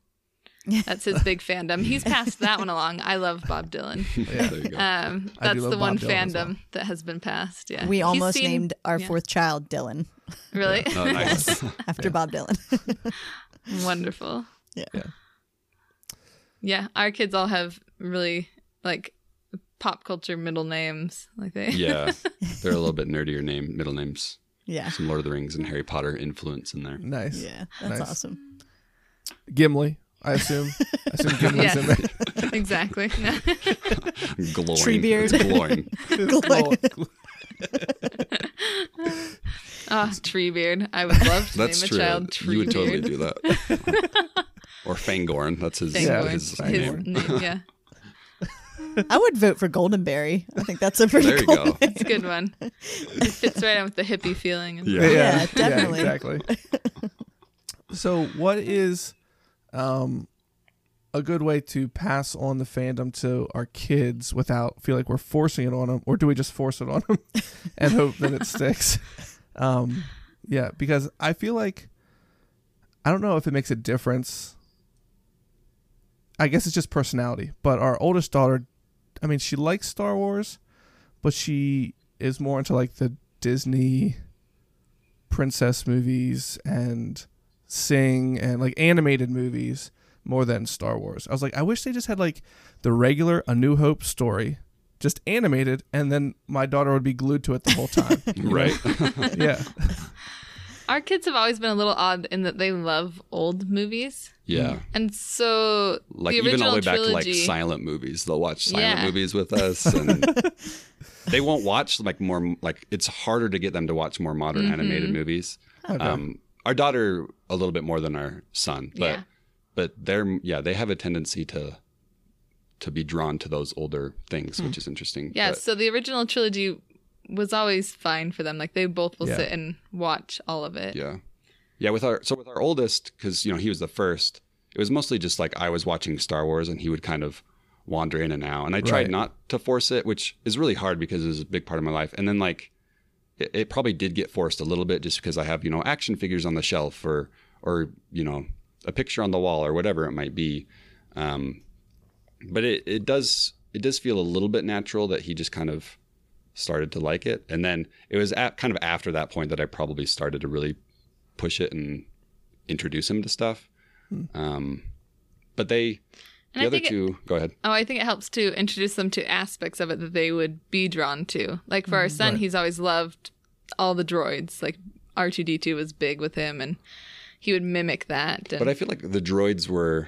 Speaker 7: That's his big fandom. He's passed that one along. I love Bob Dylan.
Speaker 2: yeah there you go
Speaker 5: I
Speaker 7: Um,
Speaker 5: do
Speaker 7: that's
Speaker 5: love
Speaker 7: the one
Speaker 5: Bob Dylan as
Speaker 7: fandom
Speaker 5: well.
Speaker 7: that has been passed. Yeah,
Speaker 6: we
Speaker 7: He's
Speaker 6: almost
Speaker 7: seen-
Speaker 6: named our
Speaker 7: yeah.
Speaker 6: fourth child Dylan
Speaker 7: Really
Speaker 2: Oh, nice.
Speaker 6: after Bob Dylan.
Speaker 7: wonderful.
Speaker 6: yeah.
Speaker 7: Yeah, our kids all have really like pop culture middle names. Like they.
Speaker 2: yeah they're a little bit nerdier name middle names
Speaker 6: Yeah.
Speaker 2: some lord of the rings and harry potter influence in there
Speaker 5: Nice.
Speaker 6: Yeah. That's
Speaker 5: Nice.
Speaker 6: awesome.
Speaker 5: Gimli, I assume. I assume Gimli's
Speaker 7: Yes.
Speaker 5: in there.
Speaker 7: exactly. No.
Speaker 2: glowing
Speaker 6: Treebeard.
Speaker 2: it's glowing
Speaker 7: Ah, Treebeard. I would love to
Speaker 2: That's
Speaker 7: name a
Speaker 2: true.
Speaker 7: child Treebeard.
Speaker 2: you would totally do that. or Fangorn. That's his, uh,
Speaker 5: Fangorn.
Speaker 2: his
Speaker 5: Yeah,
Speaker 7: His
Speaker 2: name.
Speaker 7: name, yeah,
Speaker 6: I would vote for Goldenberry. I think that's a pretty
Speaker 2: There you
Speaker 6: cool
Speaker 2: go.
Speaker 6: name.
Speaker 7: it's a good one. It fits right in with the hippie feeling. And
Speaker 2: Yeah.
Speaker 6: definitely.
Speaker 5: exactly. so, what is um, a good way to pass on the fandom to our kids without feel like we're forcing it on them, or do we just force it on them and hope that it sticks? Um, yeah, because I feel like I don't know if it makes a difference. I guess it's just personality. But our oldest daughter, I mean, she likes Star Wars, but she is more into like the Disney princess movies and sing and like animated movies more than Star Wars. I was like, I wish they just had like the regular A New Hope story, just animated, and then my daughter would be glued to it the whole time.
Speaker 2: Right.
Speaker 5: yeah.
Speaker 7: Our kids have always been a little odd in that they love old movies,
Speaker 2: Yeah.
Speaker 7: and so
Speaker 2: Like
Speaker 7: the
Speaker 2: even all
Speaker 7: original
Speaker 2: the way back
Speaker 7: trilogy.
Speaker 2: to like silent movies. They'll watch silent
Speaker 7: Yeah.
Speaker 2: movies with us and they won't watch like more like it's harder to get them to watch more modern
Speaker 7: Mm-hmm.
Speaker 2: animated movies. Um our daughter a little bit more than our son, but
Speaker 7: Yeah.
Speaker 2: but they're yeah, they have a tendency to to be drawn to those older things,
Speaker 7: Hmm.
Speaker 2: which is interesting.
Speaker 7: Yeah,
Speaker 2: But
Speaker 7: so the original trilogy was always fine for them. Like they both will
Speaker 5: Yeah.
Speaker 7: sit and watch all of it.
Speaker 2: yeah, yeah. With our so with our oldest, because you know he was the first. It was mostly just like I was watching Star Wars, and he would kind of wander in and out. And I tried
Speaker 5: Right.
Speaker 2: not to force it, which is really hard because it was a big part of my life. And then like it, it probably did get forced a little bit just because I have you know action figures on the shelf or or you know a picture on the wall or whatever it might be. Um, but it, it does it does feel a little bit natural that he just kind of started to like it and then it was at, kind of after that point that i probably started to really push it and introduce him to stuff
Speaker 5: Hmm.
Speaker 2: um, but they the
Speaker 7: And I
Speaker 2: other
Speaker 7: think it-
Speaker 2: two go ahead
Speaker 7: Oh, I think it helps to introduce them to aspects of it that they would be drawn to. Like for our son,
Speaker 5: Right.
Speaker 7: he's always loved all the droids. Like R two D two was big with him, and he would mimic that. And
Speaker 2: But I feel like the droids were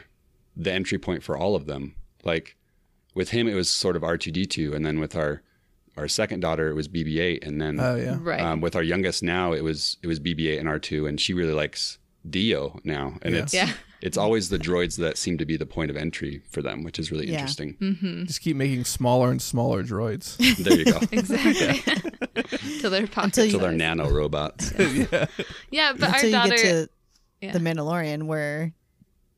Speaker 2: the entry point for all of them. Like with him, it was sort of R two D two, and then with our our second daughter, it was BB eight, and then
Speaker 5: Oh
Speaker 6: mm-hmm.
Speaker 5: yeah.
Speaker 7: right.
Speaker 2: um, with our youngest now, it was it was BB eight and R two, and she really likes Dio now, and
Speaker 5: Yeah.
Speaker 2: it's
Speaker 7: yeah.
Speaker 2: it's always the droids that seem to be the point of entry for them, which is really
Speaker 6: Yeah.
Speaker 2: interesting.
Speaker 7: Hmm.
Speaker 5: Just keep making smaller and smaller droids.
Speaker 2: There you go.
Speaker 7: Exactly. Till they're pocket
Speaker 6: Until you-
Speaker 2: Till they're
Speaker 7: size.
Speaker 2: nano robots.
Speaker 7: Yeah, but
Speaker 6: until
Speaker 7: our
Speaker 6: you
Speaker 7: daughter.
Speaker 6: get to
Speaker 7: Yeah.
Speaker 6: the Mandalorian where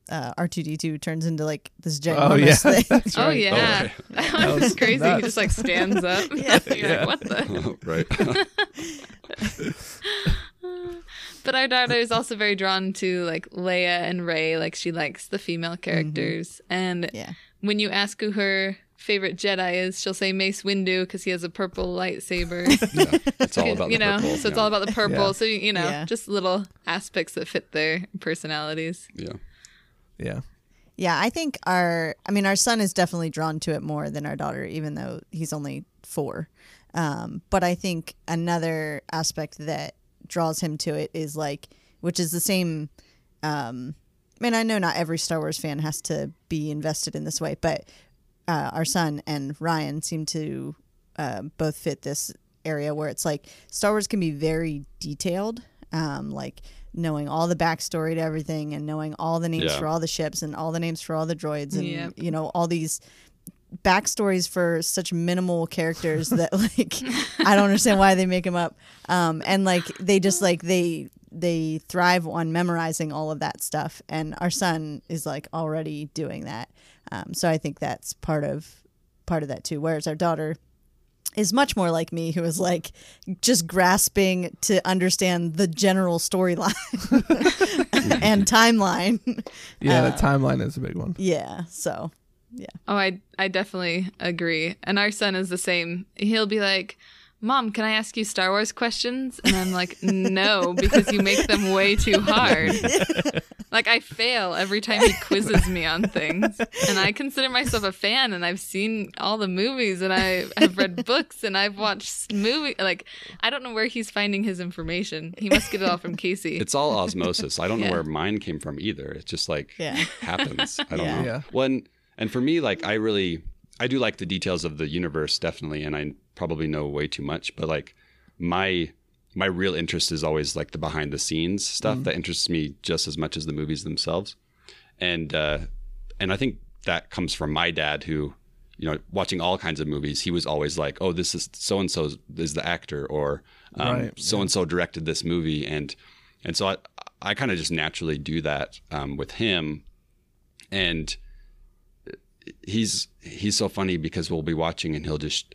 Speaker 6: uh, R2D2 turns into like this ginormous
Speaker 5: oh yeah.
Speaker 6: thing.
Speaker 5: That's
Speaker 7: Oh
Speaker 5: right.
Speaker 7: yeah, that was
Speaker 5: was
Speaker 7: crazy. He
Speaker 5: nuts.
Speaker 7: just like stands up.
Speaker 6: Yeah.
Speaker 7: You're like, what the?
Speaker 2: right.
Speaker 7: But our daughter is also very drawn to like Leia and Ray. Like she likes the female
Speaker 2: Mm-hmm.
Speaker 7: characters. And
Speaker 6: Yeah.
Speaker 7: when you ask who her favorite Jedi is, she'll say Mace Windu because he has a purple lightsaber.
Speaker 2: yeah. It's all about
Speaker 7: you
Speaker 2: the
Speaker 7: know,
Speaker 2: purple.
Speaker 7: so it's
Speaker 2: yeah.
Speaker 7: all about the purple.
Speaker 5: Yeah.
Speaker 7: So you you know,
Speaker 6: Yeah.
Speaker 7: just little aspects that fit their personalities.
Speaker 2: yeah.
Speaker 5: Yeah.
Speaker 6: Yeah, I think our I mean our son is definitely drawn to it more than our daughter even though he's only 4. Um, but I think another aspect that draws him to it is like which is the same um I mean I know not every Star Wars fan has to be invested in this way, but uh, our son and Ryan seem to uh, both fit this area where it's like Star Wars can be very detailed, um, like knowing all the backstory to everything and knowing all the names
Speaker 2: Yeah.
Speaker 6: for all the ships and all the names for all the droids and
Speaker 7: Yep.
Speaker 6: you know all these backstories for such minimal characters that like I don't understand why they make them up. Um, and like they just like they they thrive on memorizing all of that stuff. And our son is like already doing that. Um, so I think that's part of part of that too. Whereas our daughter is much more like me, who is like just grasping to understand the general storyline and timeline.
Speaker 5: Yeah,
Speaker 6: Uh,
Speaker 5: the timeline is a big one.
Speaker 6: Yeah. So
Speaker 7: Oh, I I definitely agree. And our son is the same. He'll be like, "Mom, can I ask you Star Wars questions?" And I'm like, "No, because you make them way too hard." like I fail every time he quizzes me on things. And I consider myself a fan and I've seen all the movies and I have read books and I've watched movie like I don't know where he's finding his information. He must get it all from Casey.
Speaker 2: It's all osmosis. I don't
Speaker 7: Yeah.
Speaker 2: know where mine came from either. It's just like
Speaker 6: Yeah.
Speaker 2: happens. I don't
Speaker 6: Yeah.
Speaker 2: know.
Speaker 5: Yeah.
Speaker 2: Well, and, and for me, like I really, I do like the details of the universe definitely, and I probably know way too much. But like my my real interest is always like the behind the scenes stuff
Speaker 7: Mm-hmm.
Speaker 2: that interests me just as much as the movies themselves. And uh, and I think that comes from my dad who. You know, watching all kinds of movies, he was always like, "Oh, this is so and so is the actor," or
Speaker 5: Right,
Speaker 2: "So and so directed this movie," and and so I I kind of just naturally do that um, with him, and uh, he's he's so funny because we'll be watching and he'll just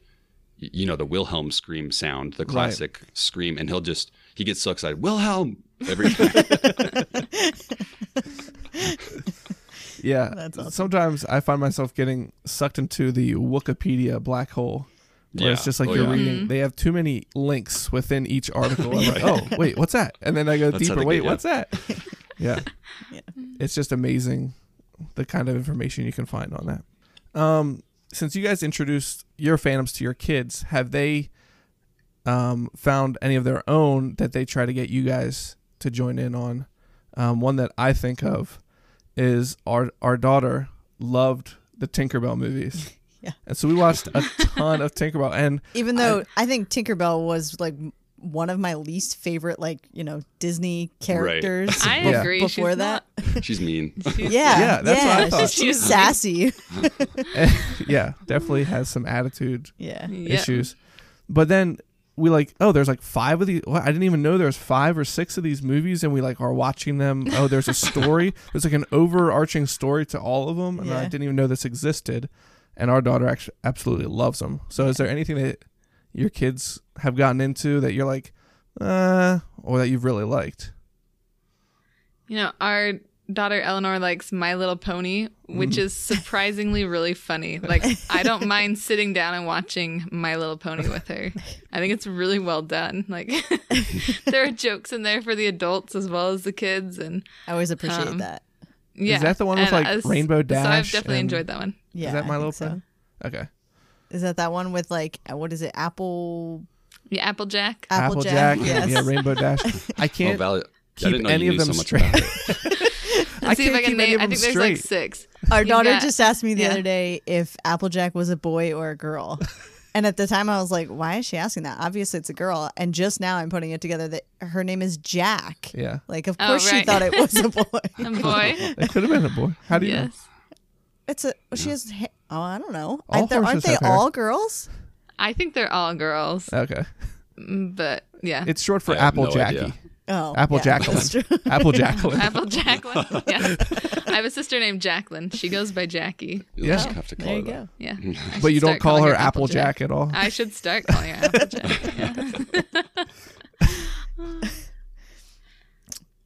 Speaker 2: you know the Wilhelm scream sound, the classic scream, and he'll just he gets so excited Wilhelm every time.
Speaker 5: Yeah.
Speaker 6: That's awesome.
Speaker 5: Sometimes I find myself getting sucked into the Wikipedia black hole. Where it's
Speaker 2: Yeah.
Speaker 5: just like
Speaker 2: Oh,
Speaker 5: you're
Speaker 2: yeah.
Speaker 5: reading. They have too many links within each article. I'm like, oh, wait, what's that? And then I go
Speaker 2: That's how
Speaker 5: deeper.
Speaker 2: they
Speaker 5: Wait,
Speaker 2: get you.
Speaker 5: what's that? Yeah. It's just amazing the kind of information you can find on that. Um, since you guys introduced your fandoms to your kids, have they um, found any of their own that they try to get you guys to join in on? Um, one that I think of is our our daughter loved the Tinkerbell movies.
Speaker 6: Yeah.
Speaker 5: And so we watched a ton of Tinkerbell and
Speaker 6: even though I, think Tinkerbell was like one of my least favorite like you know Disney characters.
Speaker 7: I
Speaker 5: Yeah.
Speaker 7: agree.
Speaker 6: Before
Speaker 7: she's
Speaker 6: that,
Speaker 2: She's mean.
Speaker 7: not-
Speaker 6: yeah,
Speaker 5: Yeah, that's what I thought.
Speaker 6: she's too sassy.
Speaker 5: yeah, definitely has some attitude
Speaker 6: Yeah,
Speaker 7: Yeah.
Speaker 5: issues. But then we like, oh, there's like five of these. Well, I didn't even know there's five or six of these movies, and we like are watching them. Oh, there's a story. there's like an overarching story to all of them, and I
Speaker 6: Yeah.
Speaker 5: didn't even know this existed. And our daughter actually absolutely loves them. So, is there anything that your kids have gotten into that you're like, uh, or that you've really liked?
Speaker 7: You know, our daughter Eleanor likes My Little Pony, which
Speaker 5: Mm.
Speaker 7: is surprisingly really funny. Like, I don't mind sitting down and watching My Little Pony with her. I think it's really well done. Like, there are jokes in there for the adults as well as the kids, and
Speaker 6: I always appreciate
Speaker 7: Um,
Speaker 6: that.
Speaker 7: yeah.
Speaker 5: that the one with,
Speaker 7: And
Speaker 5: like,
Speaker 7: I was-
Speaker 5: Rainbow
Speaker 7: So I've
Speaker 5: Dash
Speaker 7: definitely
Speaker 5: and-
Speaker 7: enjoyed that one.
Speaker 6: Yeah,
Speaker 5: is that My
Speaker 6: I
Speaker 5: Little
Speaker 6: think so.
Speaker 5: Pony? Okay.
Speaker 6: Is that that one with like uh, what is it? Apple
Speaker 7: Yeah, Applejack.
Speaker 6: Applejack?
Speaker 5: and-
Speaker 6: yes.
Speaker 5: yeah, Rainbow Dash. I
Speaker 2: Oh,
Speaker 5: can't
Speaker 2: Valley. I
Speaker 5: keep
Speaker 2: didn't know
Speaker 5: any
Speaker 2: you
Speaker 5: of
Speaker 2: knew
Speaker 5: them
Speaker 2: so much
Speaker 5: straight.
Speaker 2: about it.
Speaker 7: Let's see if I
Speaker 5: can't
Speaker 7: can
Speaker 5: keep any
Speaker 7: name.
Speaker 5: of
Speaker 7: I
Speaker 5: them
Speaker 7: think there's like
Speaker 5: straight.
Speaker 7: six.
Speaker 6: Our
Speaker 7: You
Speaker 6: daughter
Speaker 7: got-
Speaker 6: just asked me the
Speaker 7: yeah.
Speaker 6: other day if Applejack was a boy or a girl. And at the time, I was like, why is she asking that? Obviously, it's a girl. And just now, I'm putting it together that her name is Jack.
Speaker 5: Yeah.
Speaker 6: Like, of
Speaker 7: Oh,
Speaker 6: course, she
Speaker 7: right.
Speaker 6: thought it was a
Speaker 7: A
Speaker 6: boy.
Speaker 7: boy.
Speaker 5: It could have been a boy. How do you know?
Speaker 7: yes.
Speaker 6: it's a, she has, ha- oh, I don't know.
Speaker 5: All
Speaker 6: Aren't, there, aren't
Speaker 5: horses
Speaker 6: they
Speaker 5: have hair.
Speaker 6: all girls?
Speaker 7: I think they're all girls,
Speaker 5: Okay.
Speaker 7: but yeah.
Speaker 5: It's short for
Speaker 2: I have
Speaker 5: Apple
Speaker 2: no
Speaker 5: Jackie.
Speaker 2: idea.
Speaker 6: Oh,
Speaker 5: Apple
Speaker 6: yeah, that's true.
Speaker 5: Jacqueline. Apple Jacqueline.
Speaker 7: Apple Jacqueline. Yeah. I have a sister named Jacqueline. She goes by Jackie.
Speaker 2: You'll
Speaker 5: Yeah.
Speaker 2: just have to call
Speaker 6: there you
Speaker 2: it that.
Speaker 6: go.
Speaker 7: Yeah.
Speaker 5: but you don't call her Applejack at all.
Speaker 7: I should start calling her Applejack. Yeah.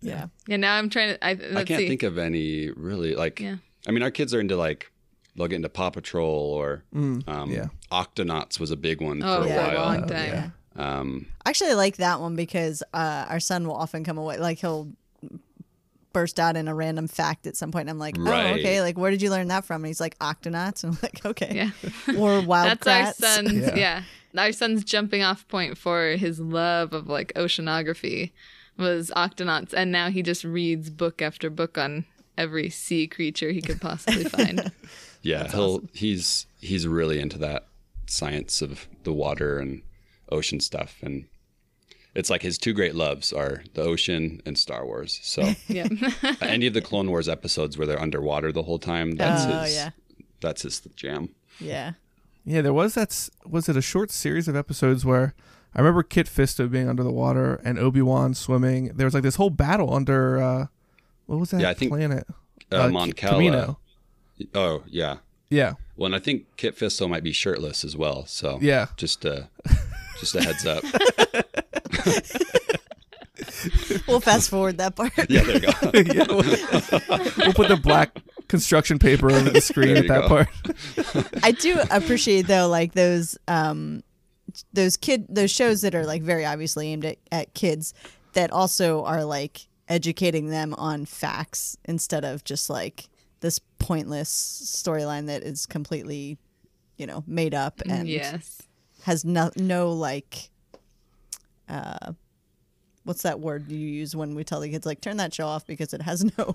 Speaker 6: Yeah.
Speaker 7: yeah. Now I'm trying to. I, let's
Speaker 2: I can't
Speaker 7: see.
Speaker 2: think of any really like.
Speaker 7: Yeah.
Speaker 2: I mean, our kids are into like they'll get into Paw Patrol or um,
Speaker 5: Mm, yeah.
Speaker 2: Octonauts was a big one
Speaker 7: oh,
Speaker 2: for a
Speaker 7: for a
Speaker 2: while.
Speaker 7: long time.
Speaker 6: yeah.
Speaker 2: Um,
Speaker 6: Actually, I like that one because uh, our son will often come away, like, he'll burst out in a random fact at some point. And I'm like, oh,
Speaker 2: Right.
Speaker 6: okay. Like, where did you learn that from? And he's like, Octonauts. And I'm like, okay.
Speaker 7: Yeah.
Speaker 6: Or Wild
Speaker 7: That's our son's.
Speaker 5: Yeah.
Speaker 7: Yeah. Our son's jumping off point for his love of like oceanography was octonauts, and now he just reads book after book on every sea creature he could possibly find.
Speaker 2: yeah, he'll he's he's really into that science of the water and ocean stuff, and it's like his two great loves are the ocean and Star Wars. So
Speaker 7: yeah.
Speaker 2: any of the Clone Wars episodes where they're underwater the whole time, that's
Speaker 6: Oh,
Speaker 2: his.
Speaker 6: yeah.
Speaker 2: That's his jam.
Speaker 6: Yeah.
Speaker 5: Yeah, there was that. s- Was it a short series of episodes where I remember Kit Fisto being under the water and Obi Wan swimming? There was like this whole battle under. Uh, what was that
Speaker 2: Yeah, I think,
Speaker 5: planet?
Speaker 2: Uh,
Speaker 5: K-
Speaker 2: Mon Cala.
Speaker 5: Camino.
Speaker 2: Oh yeah.
Speaker 5: Yeah,
Speaker 2: Well, and I think Kit Fisto might be shirtless as well. So
Speaker 5: Yeah.
Speaker 2: just uh, just a heads up.
Speaker 6: We'll fast forward that part.
Speaker 2: yeah, there you go.
Speaker 5: yeah. We'll, we'll put the black construction paper over the screen
Speaker 2: There
Speaker 5: at
Speaker 2: you
Speaker 5: that
Speaker 2: go.
Speaker 5: part.
Speaker 6: I do appreciate though, like those um those kid those shows that are like very obviously aimed at, at kids that also are like educating them on facts instead of just like this pointless storyline that is completely, you know, made up
Speaker 7: Mm-hmm.
Speaker 6: and
Speaker 7: yes.
Speaker 6: has no no like uh what's that word you use when we tell the kids like turn that show off because it has no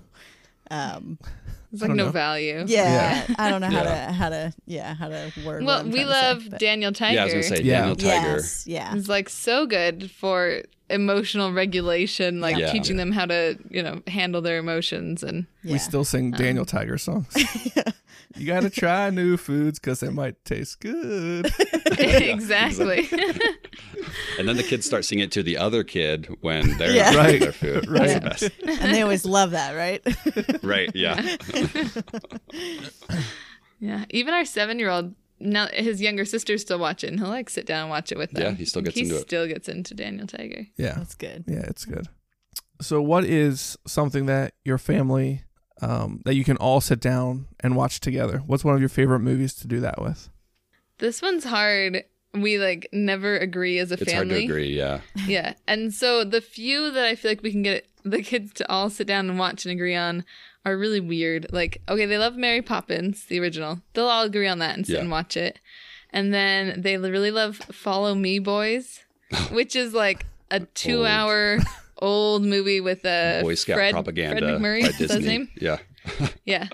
Speaker 7: It's like
Speaker 5: don't
Speaker 7: no
Speaker 5: know.
Speaker 7: value.
Speaker 6: Yeah, I don't know how
Speaker 2: Yeah.
Speaker 6: to how to yeah how to word. what
Speaker 7: Well,
Speaker 6: I'm
Speaker 7: we
Speaker 6: trying to say,
Speaker 7: love
Speaker 6: but-
Speaker 7: Daniel Tiger.
Speaker 2: Yeah, I was gonna say
Speaker 5: Yeah.
Speaker 2: Daniel Tiger.
Speaker 6: Yes, yeah,
Speaker 7: It's like so good for emotional regulation, like
Speaker 2: Yeah.
Speaker 7: teaching them how to, you know, handle their emotions and
Speaker 5: We
Speaker 6: Yeah.
Speaker 5: still sing Daniel Tiger songs. You gotta try new foods because they might taste good.
Speaker 7: exactly.
Speaker 2: And then the kids start singing it to the other kid when they're
Speaker 6: Yeah.
Speaker 2: not
Speaker 5: Right.
Speaker 2: eating their food. That's the best.
Speaker 6: and they always love that, right?
Speaker 2: Right. Yeah.
Speaker 7: yeah. Even our seven year old now his younger sister's still watching. He'll like sit down and watch it with them.
Speaker 2: Yeah, he still gets
Speaker 7: he
Speaker 2: into it.
Speaker 7: still gets into Daniel Tiger.
Speaker 5: Yeah.
Speaker 6: That's good.
Speaker 5: Yeah, it's good. So, what is something that your family um, that you can all sit down and watch together? What's one of your favorite movies to do that with?
Speaker 7: This one's hard. We like never agree as a
Speaker 2: It's hard
Speaker 7: family.
Speaker 2: to agree. Yeah.
Speaker 7: yeah. And so the few that I feel like we can get the kids to all sit down and watch and agree on are really weird. Like, okay, they love Mary Poppins, the original. They'll all agree on that and sit
Speaker 2: Yeah.
Speaker 7: and watch it. And then they really love Follow Me Boys, which is like a two hour old movie with a
Speaker 2: Boy Scout
Speaker 7: Uh, Fred,
Speaker 2: propaganda
Speaker 7: Fred McMurray,
Speaker 2: by
Speaker 7: is that his
Speaker 2: Disney.
Speaker 7: name?
Speaker 2: Yeah.
Speaker 7: Yeah.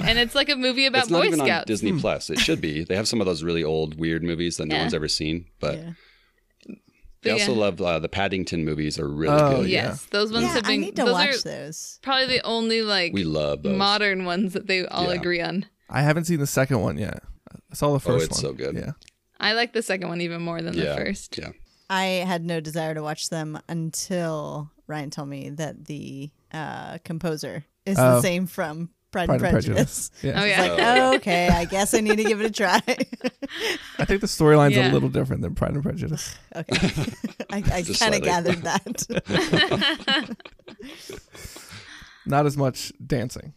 Speaker 7: And it's like a movie about
Speaker 2: it's not
Speaker 7: Boy
Speaker 2: even on
Speaker 7: Scouts.
Speaker 2: Disney
Speaker 5: Hmm.
Speaker 2: Plus. It should be. They have some of those really old, weird movies that no one's ever seen, but
Speaker 6: Yeah.
Speaker 2: I
Speaker 7: But
Speaker 2: also
Speaker 7: yeah.
Speaker 2: love uh, the Paddington movies are really
Speaker 5: Oh,
Speaker 2: good.
Speaker 5: yeah.
Speaker 7: Yes, those ones
Speaker 6: yeah,
Speaker 7: have
Speaker 6: I
Speaker 7: been.
Speaker 6: need to
Speaker 7: those
Speaker 6: watch
Speaker 7: are
Speaker 6: those.
Speaker 7: probably the only like
Speaker 2: We love those.
Speaker 7: modern ones that they all
Speaker 2: Yeah.
Speaker 7: agree on.
Speaker 5: I haven't seen the second one yet. I saw the first
Speaker 2: Oh, it's so
Speaker 5: one.
Speaker 2: good.
Speaker 5: Yeah.
Speaker 7: I like the second one even more than
Speaker 2: yeah.
Speaker 7: the first.
Speaker 2: Yeah.
Speaker 6: I had no desire to watch them until Ryan told me that the uh, composer is
Speaker 5: Oh.
Speaker 6: the same from Pride,
Speaker 5: Pride
Speaker 6: and Prejudice.
Speaker 5: Yeah.
Speaker 7: Oh
Speaker 6: I
Speaker 7: yeah.
Speaker 6: was like, oh, okay, I guess I need to give it a try.
Speaker 5: I think the storyline's a
Speaker 7: Yeah.
Speaker 5: little different than Pride and Prejudice.
Speaker 6: okay, I, I
Speaker 2: Just
Speaker 6: kind
Speaker 2: slightly.
Speaker 6: of gathered that.
Speaker 5: Not as much dancing.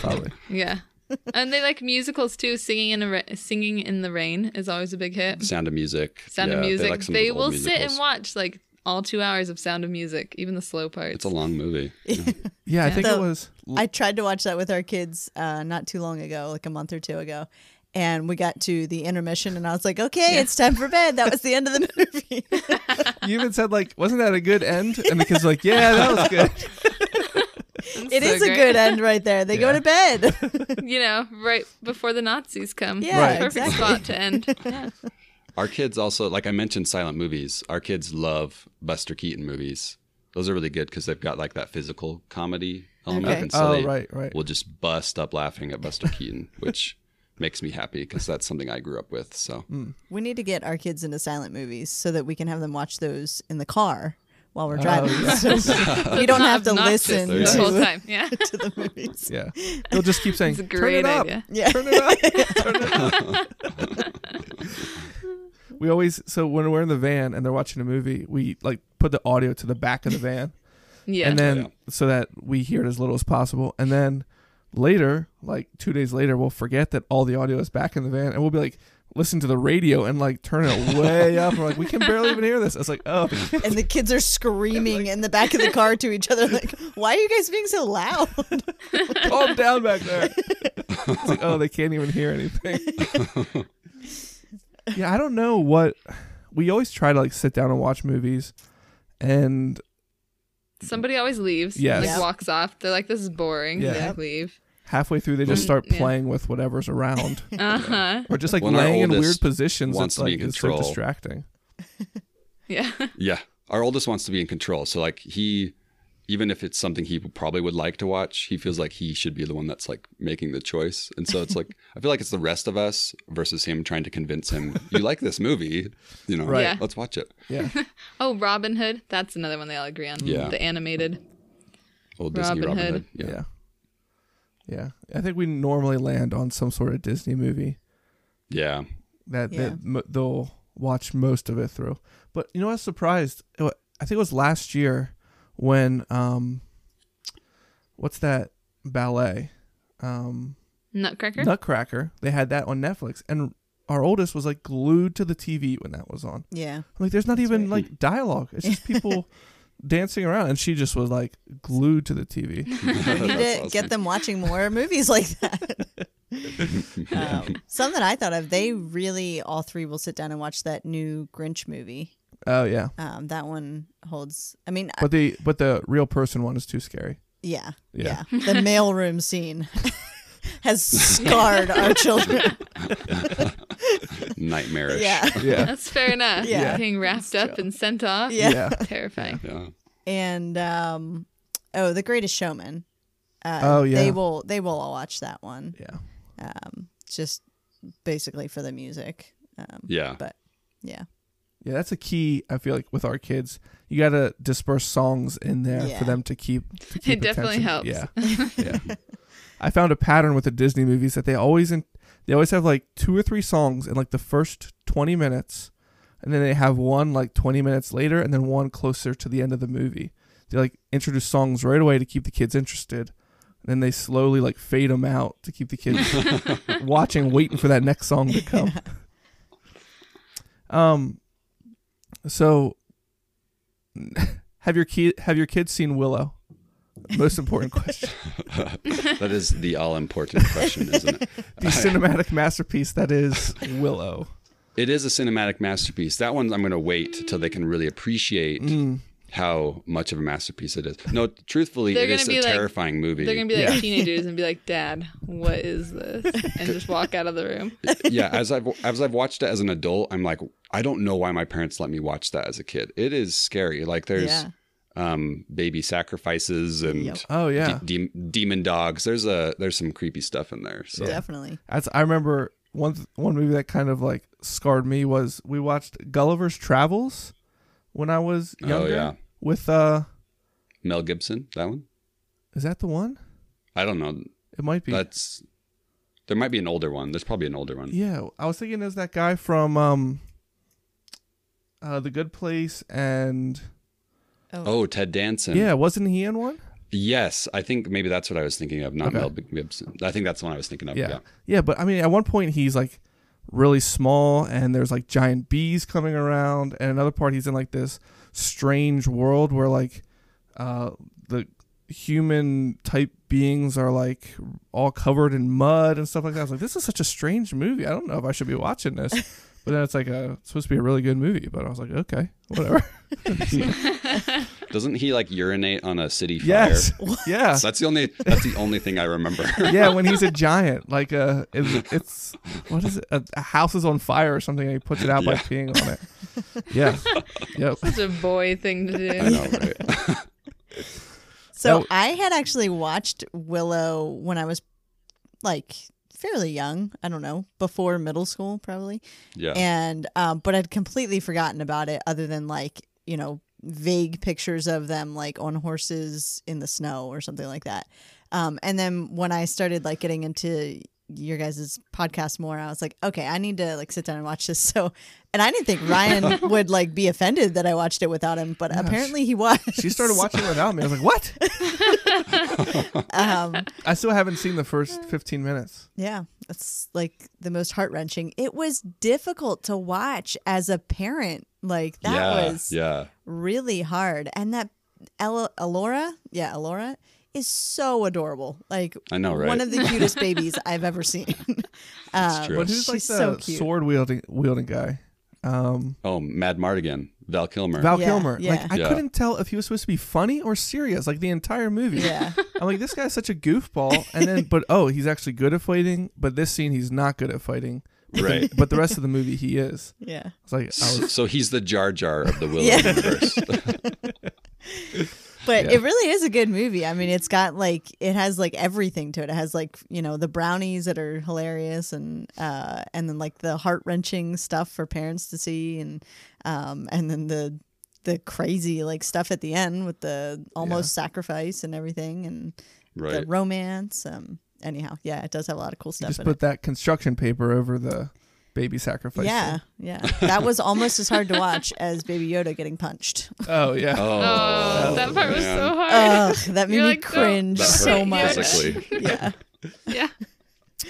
Speaker 5: Probably.
Speaker 7: yeah. And they like musicals too. Singing in a ra- singing in the rain is always a big hit.
Speaker 2: Sound of Music.
Speaker 7: Sound
Speaker 2: Yeah,
Speaker 7: of Music. They,
Speaker 2: They, like some of those old
Speaker 7: will sit and
Speaker 2: musicals.
Speaker 7: watch like all two hours of Sound of Music, even the slow parts.
Speaker 2: It's a long movie.
Speaker 5: Yeah, I think it
Speaker 6: So,
Speaker 5: was. l-
Speaker 6: I tried to watch that with our kids uh, not too long ago, like a month or two ago. And we got to the intermission, and I was like, okay, it's time for bed. That was the end of the movie.
Speaker 5: You even said like, wasn't that a good end? And the kids were like, yeah, that was good.
Speaker 6: It is a good end right there. They go to bed.
Speaker 7: you know, right before the Nazis come.
Speaker 6: Yeah, Right.
Speaker 7: perfect
Speaker 6: exactly.
Speaker 7: spot to end. Yeah.
Speaker 2: Our kids also, like I mentioned, silent movies. Our kids love Buster Keaton movies. Those are really good because they've got like that physical comedy element.
Speaker 6: Okay.
Speaker 2: And so
Speaker 5: oh,
Speaker 2: they
Speaker 5: right, right.
Speaker 2: will just bust up laughing at Buster Keaton, which makes me happy because that's something I grew up with. So
Speaker 5: Hmm.
Speaker 6: we need to get our kids into silent movies so that we can have them watch those in the car while we're
Speaker 5: Oh,
Speaker 6: driving. you don't
Speaker 7: Not
Speaker 6: have to
Speaker 7: obnoxious
Speaker 6: listen
Speaker 7: the whole
Speaker 6: to,
Speaker 7: time. Yeah.
Speaker 6: to the movies.
Speaker 5: Yeah. They'll just keep saying,
Speaker 7: It's a
Speaker 5: turn
Speaker 7: great
Speaker 5: it up.
Speaker 7: idea.
Speaker 6: Yeah.
Speaker 5: Turn it up. Turn it up. we always, so when we're in the van and they're watching a movie, we like put the audio to the back of the van.
Speaker 7: Yeah.
Speaker 5: and then
Speaker 2: Yeah.
Speaker 5: so that we hear it as little as possible and then later like two days later we'll forget that all the audio is back in the van and we'll be like listen to the radio and like turn it way up we're like we can barely even hear this it's like oh
Speaker 6: And the kids are screaming in the back of the car to each other, like, why are you guys being so loud?
Speaker 5: calm down back there it's like oh they can't even hear anything yeah i don't know what we always try to like sit down and watch movies and
Speaker 7: Somebody always leaves.
Speaker 5: Yes.
Speaker 7: Like
Speaker 6: Yeah.
Speaker 7: walks off. They're like, this is boring.
Speaker 5: Yeah.
Speaker 7: Yeah.
Speaker 6: Yep.
Speaker 7: leave.
Speaker 5: halfway through they just
Speaker 7: Mm,
Speaker 5: start
Speaker 7: yeah.
Speaker 5: playing with whatever's around
Speaker 7: Uh huh.
Speaker 5: or just like
Speaker 2: When our
Speaker 5: laying in
Speaker 2: oldest
Speaker 5: weird positions
Speaker 2: wants
Speaker 5: that's
Speaker 2: to be
Speaker 5: like
Speaker 2: in
Speaker 5: it's so
Speaker 2: control.
Speaker 5: distracting
Speaker 7: Yeah.
Speaker 2: Yeah. Our oldest wants to be in control. So like he even if it's something he probably would like to watch, he feels like he should be the one that's like making the choice. And so it's like I feel like it's the rest of us versus him trying to convince him, you like this movie, you know,
Speaker 5: Right.
Speaker 7: Yeah.
Speaker 2: let's watch it.
Speaker 5: yeah
Speaker 7: Oh, Robin Hood. That's another one they all agree on.
Speaker 2: Yeah.
Speaker 7: The animated.
Speaker 2: Old Disney
Speaker 7: Robin
Speaker 2: Robin
Speaker 7: Hood.
Speaker 2: Hood.
Speaker 5: Yeah. yeah. I think we normally land on some sort of Disney movie
Speaker 2: Yeah.
Speaker 5: that,
Speaker 6: Yeah.
Speaker 5: that m- they'll watch most of it through. But you know, I was surprised. It wa- I think it was last year when, um, what's that ballet? Um,
Speaker 7: Nutcracker.
Speaker 5: Nutcracker. They had that on Netflix. And our oldest was like glued to the TV when that was on.
Speaker 6: yeah.
Speaker 5: I'm like, there's not even like dialogue, it's just people dancing around. And she just was like glued to the TV.
Speaker 6: We need to
Speaker 2: That's awesome.
Speaker 6: get them watching more movies like that. um, some that I thought of, they really all three will sit down and watch that new Grinch movie.
Speaker 5: Oh, yeah.
Speaker 6: Um, that one holds. I mean, I,
Speaker 5: But the but the real person one is too scary.
Speaker 6: yeah,
Speaker 5: Yeah.
Speaker 6: yeah, The mailroom scene has scarred our children.
Speaker 2: Nightmarish.
Speaker 6: Yeah,
Speaker 5: Yeah.
Speaker 7: That's fair enough.
Speaker 6: Yeah.
Speaker 7: Being wrapped up and sent off.
Speaker 6: yeah.
Speaker 5: yeah.
Speaker 7: Terrifying.
Speaker 2: Yeah.
Speaker 6: And um, oh, The Greatest Showman. Uh,
Speaker 5: Oh, yeah.
Speaker 6: They will. They will all watch that one.
Speaker 5: Yeah.
Speaker 6: Um, just basically for the music. Um,
Speaker 2: Yeah.
Speaker 6: But yeah.
Speaker 5: Yeah, that's a key. I feel like with our kids, you got to disperse songs in there
Speaker 6: Yeah.
Speaker 5: for them to keep. To keep
Speaker 7: It definitely
Speaker 5: attention. Yeah, yeah. I found a pattern with the Disney movies that they always in, they always have like two or three songs in like the first twenty minutes, and then they have one like twenty minutes later, and then one closer to the end of the movie. They like introduce songs right away to keep the kids interested. And then they slowly like fade them out to keep the kids watching, waiting for that next song to come. Um, so have your kid have your kids seen Willow? Most important question.
Speaker 2: That is the all important question, isn't it?
Speaker 5: The cinematic masterpiece that is Willow. Mm.
Speaker 2: It is a cinematic masterpiece. That one I'm going to wait till they can really appreciate how much of a masterpiece it is. No, truthfully,
Speaker 7: They're
Speaker 2: it
Speaker 7: gonna
Speaker 2: is
Speaker 7: be
Speaker 2: a
Speaker 7: like-
Speaker 2: terrifying movie.
Speaker 7: They're gonna be like
Speaker 5: Yeah.
Speaker 7: teenagers and be like, "Dad, what is this?" and just walk out of the room.
Speaker 2: yeah, as I've as I've watched it as an adult, I'm like, I don't know why my parents let me watch that as a kid. It is scary. Like there's
Speaker 6: Yeah.
Speaker 2: um baby sacrifices and
Speaker 6: Yep.
Speaker 5: Oh
Speaker 2: de-
Speaker 5: yeah,
Speaker 2: dem- demon dogs. There's a there's some creepy stuff in there. So
Speaker 6: Definitely.
Speaker 5: that's I remember one th- one movie that kind of like scarred me was we watched Gulliver's Travels when I was
Speaker 2: Oh,
Speaker 5: younger
Speaker 2: yeah.
Speaker 5: with uh
Speaker 2: Mel Gibson, that one?
Speaker 5: is that the one?
Speaker 2: I don't know.
Speaker 5: It might be.
Speaker 2: That's there might be an older one. There's probably an older one.
Speaker 5: Yeah, I was thinking is that guy from um uh The Good Place and
Speaker 2: Oh, Ted Danson.
Speaker 5: yeah, wasn't he in one?
Speaker 2: Yes, I think maybe that's what I was thinking of, not
Speaker 5: Okay.
Speaker 2: Mel Gibson. I think that's the one I was thinking of.
Speaker 5: yeah.
Speaker 2: yeah.
Speaker 5: Yeah, but I mean, at one point he's like really small and there's like giant bees coming around and another part he's in like this strange world where like uh the human type beings are like all covered in mud and stuff like that. I was like this is such a strange movie. I don't know if I should be watching this. But then it's like a it's supposed to be a really good movie, but I was like, okay, whatever.
Speaker 2: Doesn't he like urinate on a city fire?
Speaker 5: yes, yeah,
Speaker 2: So that's the only that's the only thing I remember.
Speaker 5: yeah. When he's a giant, like uh, it's, it's what is it? A, a house is on fire or something, and he puts it out by
Speaker 2: Yeah.
Speaker 5: peeing on it. Yeah, yep.
Speaker 7: Such a boy thing to
Speaker 2: I
Speaker 7: do.
Speaker 2: know, right?
Speaker 6: So
Speaker 5: Oh.
Speaker 6: I had actually watched Willow when I was like fairly young. I don't know, before middle school probably.
Speaker 2: Yeah.
Speaker 6: And um, but I'd completely forgotten about it, other than like you know vague pictures of them like on horses in the snow or something like that. Um, and then when I started like getting into your guys' podcast more, I was like, okay, I need to like sit down and watch this. So, and I didn't think Ryan would like be offended that I watched it without him, but apparently he was.
Speaker 5: She started watching it without me. I was like, what?
Speaker 6: Um,
Speaker 5: I still haven't seen the first fifteen minutes.
Speaker 6: Yeah, that's like the most heart wrenching. It was difficult to watch as a parent. Like that
Speaker 2: yeah.
Speaker 6: was
Speaker 2: yeah.
Speaker 6: really hard. And that El- Elora, yeah, Elora is so adorable. Like
Speaker 2: I know, right?
Speaker 6: One of the cutest babies I've ever seen. um,
Speaker 2: true.
Speaker 5: But who's like
Speaker 6: she's so
Speaker 5: the
Speaker 6: cute.
Speaker 5: sword wielding wielding guy? Um,
Speaker 2: Oh, Mad Mardigan, Val Kilmer.
Speaker 5: Val
Speaker 6: Yeah,
Speaker 5: Kilmer.
Speaker 6: yeah.
Speaker 5: Like I
Speaker 2: Yeah.
Speaker 5: couldn't tell if he was supposed to be funny or serious. Like the entire movie.
Speaker 6: Yeah.
Speaker 5: I'm like, this guy's such a goofball, and then but oh, he's actually good at fighting. But this scene, he's not good at fighting.
Speaker 2: right.
Speaker 5: But the rest of the movie, he is.
Speaker 6: Yeah.
Speaker 5: It's like I was
Speaker 2: So, so he's the Jar Jar of the Willow
Speaker 6: Yeah.
Speaker 2: universe.
Speaker 6: But
Speaker 5: Yeah.
Speaker 6: it really is a good movie. I mean, it's got like it has like everything to it. It has like you know the brownies that are hilarious, and uh, and then like the heart wrenching stuff for parents to see, and um, and then the the crazy like stuff at the end with the almost sacrifice and everything, and the
Speaker 2: right.
Speaker 6: romance. Um, anyhow, yeah, it does have a lot of cool stuff.
Speaker 5: just
Speaker 6: in
Speaker 5: put
Speaker 6: it.
Speaker 5: that construction paper over the baby sacrifice.
Speaker 6: Yeah,
Speaker 5: thing.
Speaker 6: yeah, that was almost as hard to watch as Baby Yoda getting punched.
Speaker 5: Oh yeah.
Speaker 2: Oh,
Speaker 7: Oh, that part was
Speaker 2: man.
Speaker 7: so hard.
Speaker 6: Ugh, that made
Speaker 7: You're
Speaker 6: me
Speaker 7: like, "Don't-
Speaker 6: cringe
Speaker 2: That hurt
Speaker 6: so much.
Speaker 2: physically.
Speaker 6: Yeah.
Speaker 7: yeah.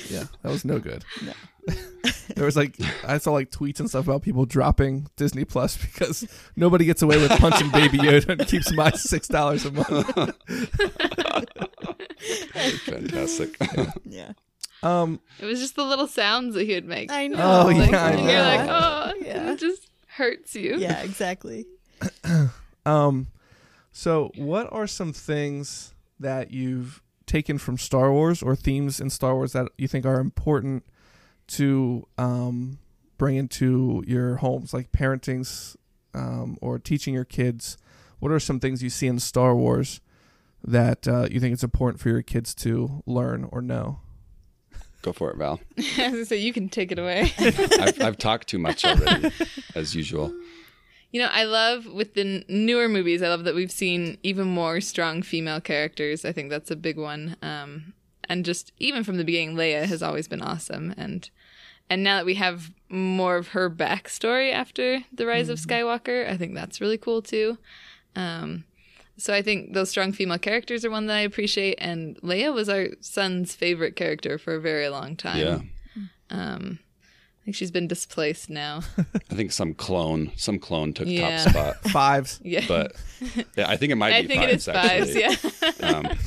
Speaker 5: Yeah. That was no good. there was like I saw like tweets and stuff about people dropping Disney Plus because nobody gets away with punching Baby Yoda and keeps my six dollars a month.
Speaker 2: Fantastic.
Speaker 6: Yeah.
Speaker 5: Um,
Speaker 7: It was just the little sounds that he would make.
Speaker 6: I know.
Speaker 5: Oh,
Speaker 7: Like,
Speaker 5: yeah, I
Speaker 7: and you're
Speaker 5: know.
Speaker 7: like, oh,
Speaker 6: Yeah.
Speaker 7: it just hurts you.
Speaker 6: yeah, exactly.
Speaker 5: um, so what are some things that you've taken from Star Wars or themes in Star Wars that you think are important to um bring into your homes, like parentings um, or teaching your kids? What are some things you see in Star Wars that uh, you think it's important for your kids to learn or know?
Speaker 2: Go for it, Val.
Speaker 7: I was gonna say, you can take it away.
Speaker 2: I've, I've talked too much already, as usual.
Speaker 7: You know, I love with the n- newer movies, I love that we've seen even more strong female characters. I think that's a big one. Um, and just even from the beginning, Leia has always been awesome. And and now that we have more of her backstory after the rise
Speaker 2: Mm-hmm.
Speaker 7: of Skywalker, I think that's really cool too. Um, so I think those strong female characters are one that I appreciate. And Leia was our son's favorite character for a very long time.
Speaker 2: Yeah.
Speaker 7: Um, I think she's been displaced now.
Speaker 2: I think some clone, some clone took
Speaker 7: Yeah.
Speaker 2: top spot,
Speaker 5: Fives.
Speaker 7: Yeah.
Speaker 2: but yeah, I think it might
Speaker 7: I
Speaker 2: be
Speaker 7: think it is
Speaker 2: fives.
Speaker 7: fives.
Speaker 2: actually.
Speaker 7: Yeah.
Speaker 2: Um,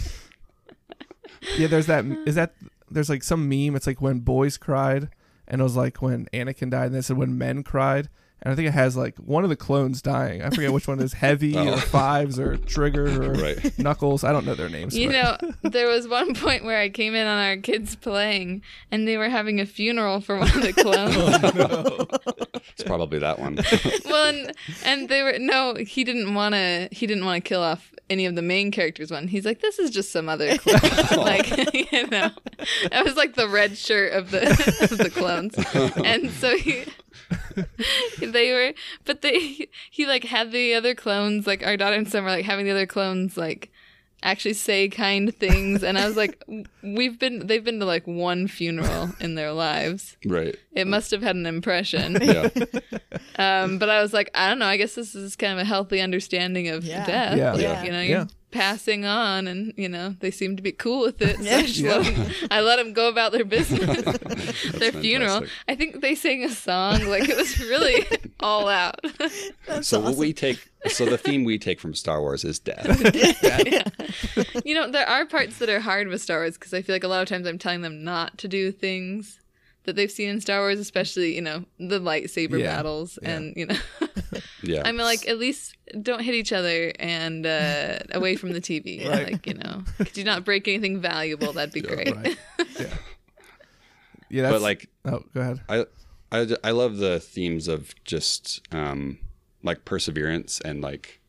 Speaker 5: Yeah, there's that. Is
Speaker 7: Uh.
Speaker 5: that there's like some meme? It's like when boys cried, and it was like when Anakin died, and they said when men cried, and I think it has like one of the clones dying. I forget which one is Heavy
Speaker 2: Oh.
Speaker 5: or Fives or Trigger or
Speaker 2: Right.
Speaker 5: Knuckles. I don't know their names.
Speaker 7: You
Speaker 5: but-
Speaker 7: know, there was one point where I came in on our kids playing, and they were having a funeral for one of the clones.
Speaker 2: It's probably that one.
Speaker 7: well, and, and they were no, he didn't want to. He didn't want to kill off any of the main characters. One, he's like, this is just some other clone. like, you know, I was like the red shirt of the of the clones, and so he. they were but they he like had the other clones like our daughter and son were like having the other clones like actually say kind things and i was like w- we've been they've been to like one funeral in their lives
Speaker 2: right.
Speaker 7: it must have had an impression
Speaker 2: Yeah.
Speaker 7: um but i was like i don't know i guess this is kind of a healthy understanding of
Speaker 6: Yeah.
Speaker 7: death
Speaker 5: Yeah.
Speaker 7: like
Speaker 6: Yeah.
Speaker 7: you know you're
Speaker 5: Yeah.
Speaker 7: passing on and you know they seem to be cool with it so
Speaker 6: Yeah.
Speaker 7: I, just let 'em- I let them go about their business their funeral
Speaker 2: fantastic.
Speaker 7: i think they sang a song like it was really all out
Speaker 2: so what we take so the theme we take from Star Wars is death.
Speaker 7: You know, there are parts that are hard with Star Wars because I feel like a lot of times I'm telling them not to do things that they've seen in Star Wars, especially, you know, the lightsaber
Speaker 5: Yeah,
Speaker 7: battles.
Speaker 5: yeah.
Speaker 7: And, you know,
Speaker 2: Yeah.
Speaker 7: I'm like, at least don't hit each other and uh, away from the TV.
Speaker 5: Right.
Speaker 7: Like, you know, could you not break anything valuable? That'd be great.
Speaker 5: Right. Yeah. Yeah. That's,
Speaker 2: but like
Speaker 5: oh, go ahead.
Speaker 2: I, I, I love the themes of just um, like perseverance and like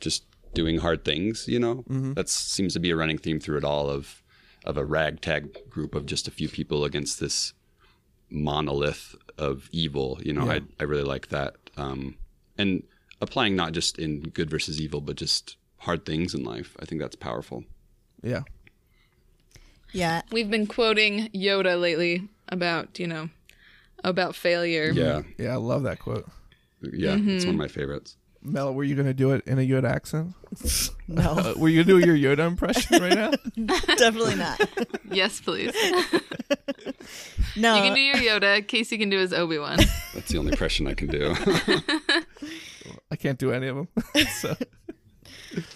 Speaker 2: just doing hard things. You know,
Speaker 6: Mm-hmm.
Speaker 2: that seems to be a running theme through it all of of a ragtag group of just a few people against this monolith of evil. You know, I I really like that. Um, and applying not just in good versus evil, but just hard things in life. I think that's powerful.
Speaker 5: Yeah.
Speaker 6: yeah,
Speaker 7: We've been quoting Yoda lately about, you know, about
Speaker 6: Mm-hmm.
Speaker 7: failure.
Speaker 2: Yeah,
Speaker 5: Yeah. I love that quote.
Speaker 2: yeah, it's one of my favorites.
Speaker 5: Mel, were you gonna do it in a Yoda accent?
Speaker 6: no,
Speaker 5: Uh, were you gonna do your Yoda impression right now?
Speaker 6: definitely not.
Speaker 7: Yes, please.
Speaker 6: No,
Speaker 7: you can do your Yoda. Casey can do his Obi Wan.
Speaker 2: That's the only impression I can do.
Speaker 5: I can't do any of them. so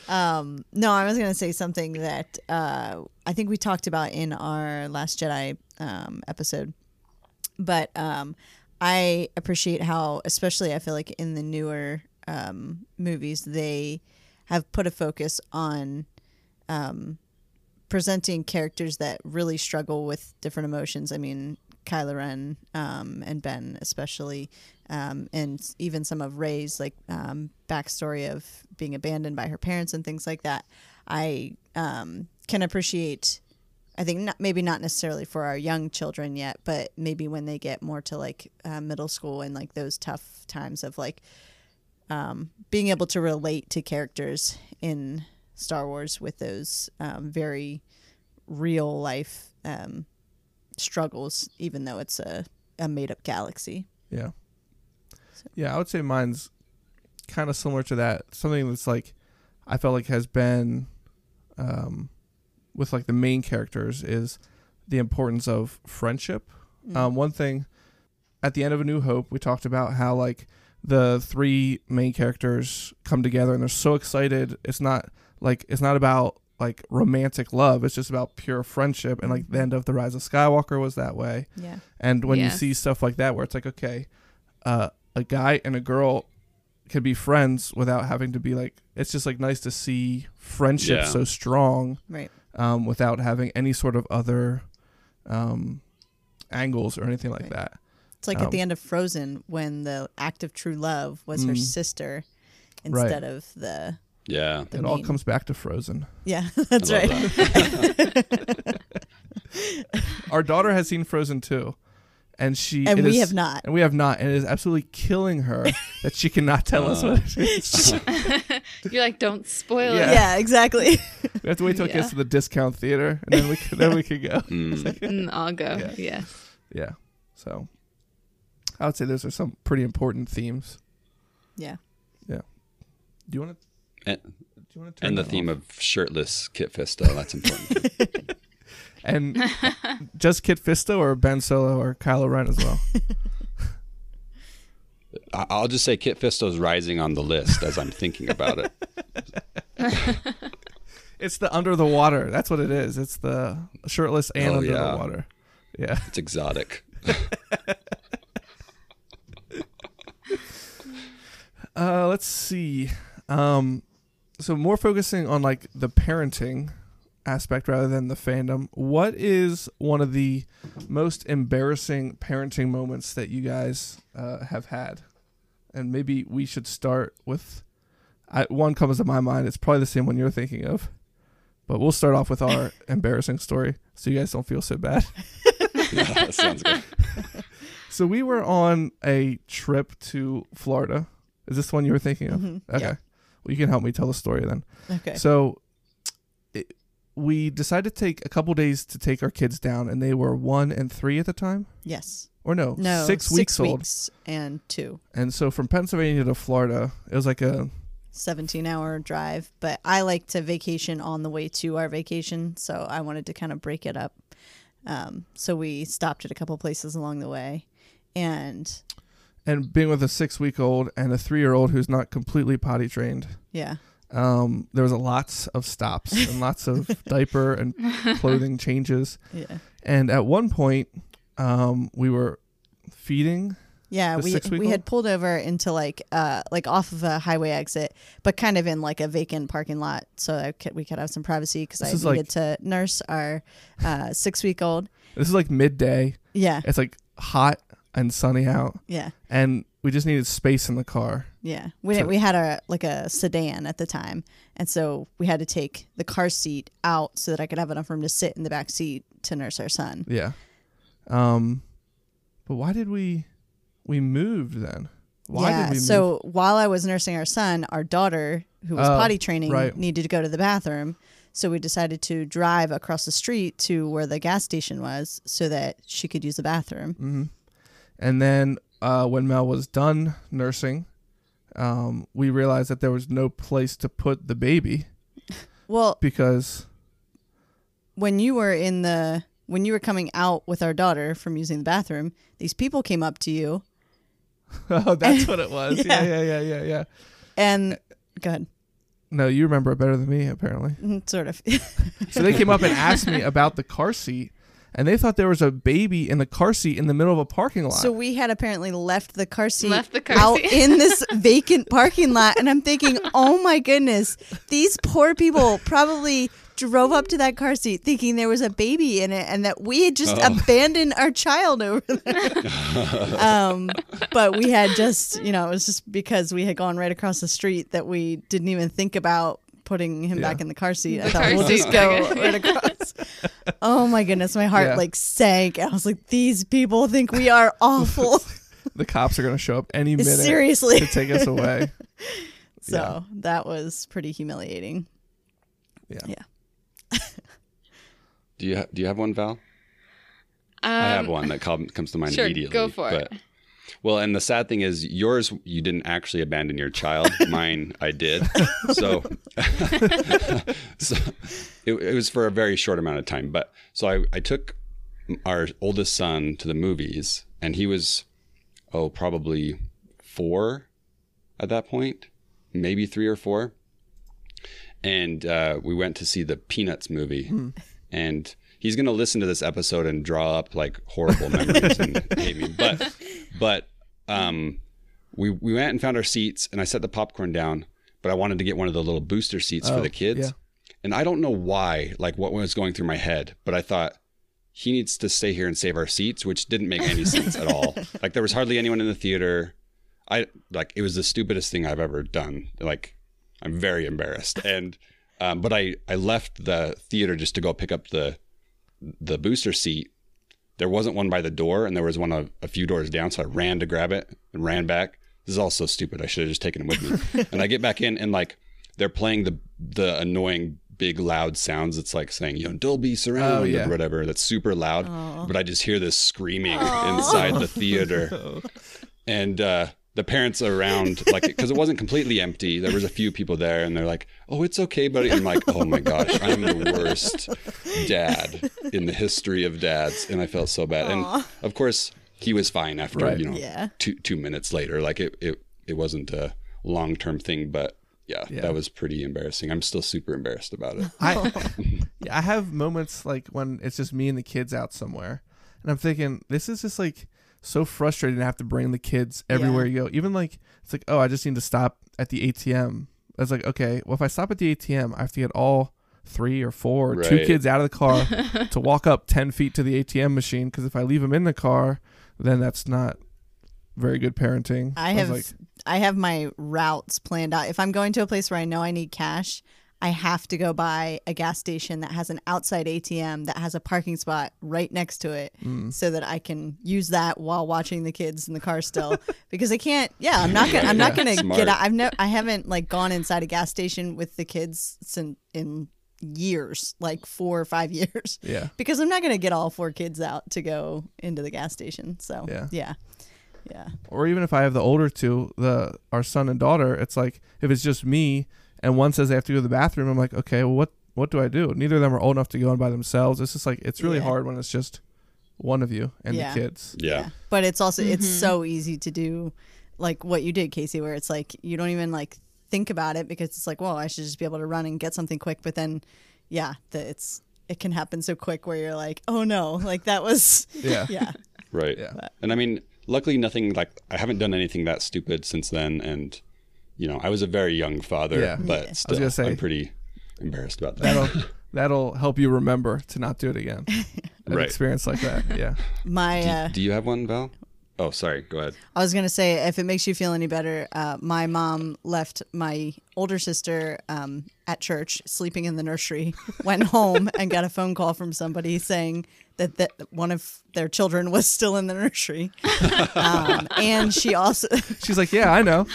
Speaker 6: Um, no, I was going to say something that uh, I think we talked about in our Last Jedi um, episode, but um, I appreciate how, especially I feel like in the newer um, movies, they have put a focus on um, presenting characters that really struggle with different emotions. I mean, Kylo Ren um, and Ben, especially, um, and s- even some of Ray's like um, backstory of being abandoned by her parents and things like that. I um, can appreciate. I think not, maybe not necessarily for our young children yet, but maybe when they get more to like uh, middle school and like those tough times of like um, being able to relate to characters in Star Wars with those um, very real life um, struggles, even though it's a, a made up galaxy.
Speaker 5: yeah, yeah. I would say mine's kind of similar to that. Something that's like I felt like has been um, with like the main characters is the importance of friendship. Um, one thing at the end of A New Hope, we talked about how like the three main characters come together and they're so excited. It's not like it's not about like romantic love. It's just about pure friendship. And like the end of The Rise of Skywalker was that way.
Speaker 6: Yeah.
Speaker 5: And when you
Speaker 7: Yes.
Speaker 5: see stuff like that, where it's like, okay, uh, a guy and a girl can be friends without having to be like, it's just like nice to see friendship
Speaker 2: Yeah.
Speaker 5: so strong
Speaker 6: Right.
Speaker 5: um, without having any sort of other um, angles or anything like
Speaker 6: Right.
Speaker 5: that.
Speaker 6: It's like
Speaker 5: Um,
Speaker 6: at the end of Frozen when the act of true love was her
Speaker 5: Mm.
Speaker 6: sister
Speaker 5: Right.
Speaker 6: instead of the.
Speaker 2: Yeah,
Speaker 6: the
Speaker 5: it all
Speaker 6: main-
Speaker 5: comes back to Frozen.
Speaker 6: Yeah, that's
Speaker 2: I love
Speaker 6: right.
Speaker 5: Our daughter has seen Frozen too, and she
Speaker 6: And
Speaker 5: it
Speaker 6: we
Speaker 5: is-
Speaker 6: have not.
Speaker 5: and we have not, and it is absolutely killing her that she cannot tell us what it is.
Speaker 7: You're like, don't spoil
Speaker 5: Yeah.
Speaker 7: it.
Speaker 6: Yeah, exactly.
Speaker 5: we have to wait till it
Speaker 7: Yeah.
Speaker 5: gets to the discount theater, and then we can, then we can go.
Speaker 2: Mm.
Speaker 7: Mm, I'll go.
Speaker 5: Yeah.
Speaker 7: Yeah.
Speaker 5: Yeah. So I would say those are some pretty important themes.
Speaker 6: yeah.
Speaker 5: Do you want to?
Speaker 2: And-
Speaker 5: Do you want to?
Speaker 2: Eh, and the theme of shirtless Kit Fisto. That's important.
Speaker 5: and just Kit Fisto or Ben Solo or Kylo Ren as well.
Speaker 2: I- I'll just say Kit Fisto's rising on the list as I'm thinking about it.
Speaker 5: it's the under the water. That's what it is. It's the shirtless and
Speaker 2: Oh,
Speaker 5: under
Speaker 2: yeah.
Speaker 5: the water. Yeah.
Speaker 2: It's exotic.
Speaker 5: Uh, let's see. Um, so more focusing on like the parenting aspect rather than the fandom. What is one of the most embarrassing parenting moments that you guys uh, have had? And maybe we should start with I, one comes to my mind. It's probably the same one you're thinking of, but we'll start off with our embarrassing story so you guys don't feel so bad.
Speaker 2: that sounds good.
Speaker 5: So we were on a trip to Florida. Is this the one you were thinking of?
Speaker 6: Mhm.
Speaker 5: Okay.
Speaker 6: Yeah.
Speaker 5: Well, you can help me tell the story then.
Speaker 6: Okay.
Speaker 5: So it, we decided to take a couple days to take our kids down, and they were one and three at the time,
Speaker 6: yes.
Speaker 5: or no,
Speaker 6: No.
Speaker 5: six, weeks, old.
Speaker 6: weeks and two.
Speaker 5: And so from Pennsylvania to Florida, it was like a
Speaker 6: 17 hour drive, but I like to vacation on the way to our vacation. So I wanted to kind of break it up. Um, so we stopped at a couple places along the way. And
Speaker 5: and being with a six week old and a three year old who's not completely potty trained.
Speaker 6: yeah,
Speaker 5: Um, there was a lots of stops and lots of diaper and clothing changes.
Speaker 6: yeah,
Speaker 5: And at one point, um, we were feeding.
Speaker 6: yeah.
Speaker 5: The
Speaker 6: We
Speaker 5: six-week
Speaker 6: we
Speaker 5: old?
Speaker 6: had pulled over into like uh like off of a highway exit, but kind of in like a vacant parking lot, so I could, we could have some privacy because I
Speaker 5: This is
Speaker 6: needed
Speaker 5: like-
Speaker 6: to nurse our uh, six week old.
Speaker 5: This is like midday.
Speaker 6: Yeah,
Speaker 5: It's like hot and sunny out,
Speaker 6: yeah,
Speaker 5: and we just needed space in the car.
Speaker 6: yeah. We
Speaker 5: So-
Speaker 6: we had a like a sedan at the time, and so we had to take the car seat out so that I could have enough room to sit in the back seat to nurse our son.
Speaker 5: Yeah. Um, but why did we we moved then? Why
Speaker 6: yeah.
Speaker 5: did we move?
Speaker 6: so while I was nursing our son, our daughter, who was
Speaker 5: Oh,
Speaker 6: potty training,
Speaker 5: right.
Speaker 6: needed to go to the bathroom. So we decided to drive across the street to where the gas station was so that she could use the bathroom.
Speaker 5: Mm-hmm. And then uh, when Mel was done nursing, um, we realized that there was no place to put the baby
Speaker 6: Well,
Speaker 5: because
Speaker 6: when you were in the when you were coming out with our daughter from using the bathroom, these people came up to you
Speaker 5: oh, that's what it was. yeah.
Speaker 6: Yeah.
Speaker 5: yeah, yeah, yeah, yeah.
Speaker 6: and
Speaker 5: Uh,
Speaker 6: go ahead.
Speaker 5: No, you remember it better than me, apparently.
Speaker 6: Mm, Sort of.
Speaker 5: So they came up and asked me about the car seat, and they thought there was a baby in the car seat in the middle of a parking lot.
Speaker 6: so we had apparently left the car seat
Speaker 7: Left the car
Speaker 6: out
Speaker 7: seat.
Speaker 6: in this vacant parking lot, and I'm thinking, oh my goodness, these poor people probably drove up to that car seat thinking there was a baby in it and that we had just
Speaker 5: Oh.
Speaker 6: abandoned our child over there. um, but we had just, you know, it was just because we had gone right across the street that we didn't even think about putting him
Speaker 5: Yeah.
Speaker 6: back in the car seat. I
Speaker 7: The
Speaker 6: thought
Speaker 7: car
Speaker 6: we'll
Speaker 7: seat
Speaker 6: just go
Speaker 7: back in."
Speaker 6: right across. oh my goodness, my heart
Speaker 5: Yeah.
Speaker 6: like sank. I was like, these people think we are awful.
Speaker 5: the cops are going to show up any minute
Speaker 6: Seriously.
Speaker 5: to take us away.
Speaker 6: So that was pretty humiliating.
Speaker 2: Do you ha- do you have one, Val? I
Speaker 7: Um,
Speaker 2: have one that com- comes to mind
Speaker 7: sure,
Speaker 2: immediately.
Speaker 7: go for it.
Speaker 2: Well, and the sad thing is, yours you didn't actually abandon your child. Mine, I did. So, so it, it was for a very short amount of time. But so I, I took our oldest son to the movies, and he was oh probably four at that point, maybe three or four. And uh, we went to see the Peanuts movie,
Speaker 5: Hmm.
Speaker 2: and he's gonna listen to this episode and draw up like horrible memories and hate me. But but um, we we went and found our seats, and I set the popcorn down, but I wanted to get one of the little booster seats for
Speaker 5: Oh,
Speaker 2: the kids.
Speaker 5: yeah.
Speaker 2: And I don't know why, like what was going through my head, but I thought he needs to stay here and save our seats, which didn't make any sense at all. Like there was hardly anyone in the theater. I like it was the stupidest thing I've ever done. Like I'm very embarrassed. And um, but I I left the theater just to go pick up the the booster seat. There wasn't one by the door, and there was one a, a few doors down. So I ran to grab it and ran back. This is all so stupid. I should have just taken it with me. and I get back in, and like they're playing the the annoying big loud sounds. It's like saying you know Dolby surround
Speaker 5: Oh, yeah.
Speaker 2: or whatever. That's super loud. But I just hear this screaming inside the theater
Speaker 5: Oh.
Speaker 2: and uh, the parents around, like, because it wasn't completely empty. There was a few people there, and they're like, "Oh, it's okay, buddy." I'm like, "Oh my gosh, I'm the worst dad in the history of dads," and I felt so bad. And of course, he was fine after
Speaker 5: Right.
Speaker 2: you know
Speaker 6: Yeah.
Speaker 2: two two minutes later. Like it it it wasn't a long term thing, but yeah,
Speaker 5: Yeah.
Speaker 2: that was pretty embarrassing. I'm still super embarrassed about it.
Speaker 5: I yeah, I have moments like when it's just me and the kids out somewhere, and I'm thinking this is just like so frustrating to have to bring the kids everywhere you go. Even like it's like, oh, I just need to stop at the ATM. I was like, okay, well if I stop at the ATM, I have to get all three or four or two
Speaker 2: Right.
Speaker 5: kids out of the car to walk up ten feet to the ATM machine because if I leave them in the car, then that's not very good parenting.
Speaker 6: I
Speaker 5: was
Speaker 6: have
Speaker 5: like,
Speaker 6: I have my routes planned out. If I'm going to a place where I know I need cash, I have to go by a gas station that has an outside ATM that has a parking spot right next to it
Speaker 5: Hmm.
Speaker 6: so that I can use that while watching the kids in the car still because I can't yeah, I'm not gonna I'm not
Speaker 2: Yeah,
Speaker 6: gonna
Speaker 2: smart.
Speaker 6: get out I've no I haven't like gone inside a gas station with the kids since in years, like four or five years.
Speaker 5: yeah.
Speaker 6: Because I'm not gonna get all four kids out to go into the gas station. So
Speaker 5: Yeah.
Speaker 6: yeah. Yeah.
Speaker 5: or even if I have the older two, the our son and daughter, it's like if it's just me and one says they have to go to the bathroom, I'm like, okay, well, what what do I do? Neither of them are old enough to go in by themselves. It's just like it's really
Speaker 6: Yeah.
Speaker 5: hard when it's just one of you and
Speaker 6: Yeah.
Speaker 5: the kids.
Speaker 2: Yeah.
Speaker 6: but it's also it's so easy to do like what you did casey where it's like you don't even like think about it because it's like well i should just be able to run and get something quick but then yeah the, it's it can happen so quick where you're like oh no like that was
Speaker 5: Yeah.
Speaker 6: yeah
Speaker 2: Right.
Speaker 5: Yeah.
Speaker 2: And I mean, luckily, nothing like I haven't done anything that stupid since then. And, you know, I was a very young father,
Speaker 5: Yeah.
Speaker 2: but still,
Speaker 5: gonna say-
Speaker 2: I'm pretty embarrassed about that.
Speaker 5: That'll that'll help you remember to not do it again. An
Speaker 2: Right.
Speaker 5: experience like that. Yeah.
Speaker 6: my uh,
Speaker 2: Do you have one, Val? Oh, sorry. Go ahead.
Speaker 6: I was gonna say, if it makes you feel any better, uh, my mom left my older sister um, at church, sleeping in the nursery. Went home and got a phone call from somebody saying that that one of their children was still in the nursery, um, and she also
Speaker 5: She's like, Yeah, I know.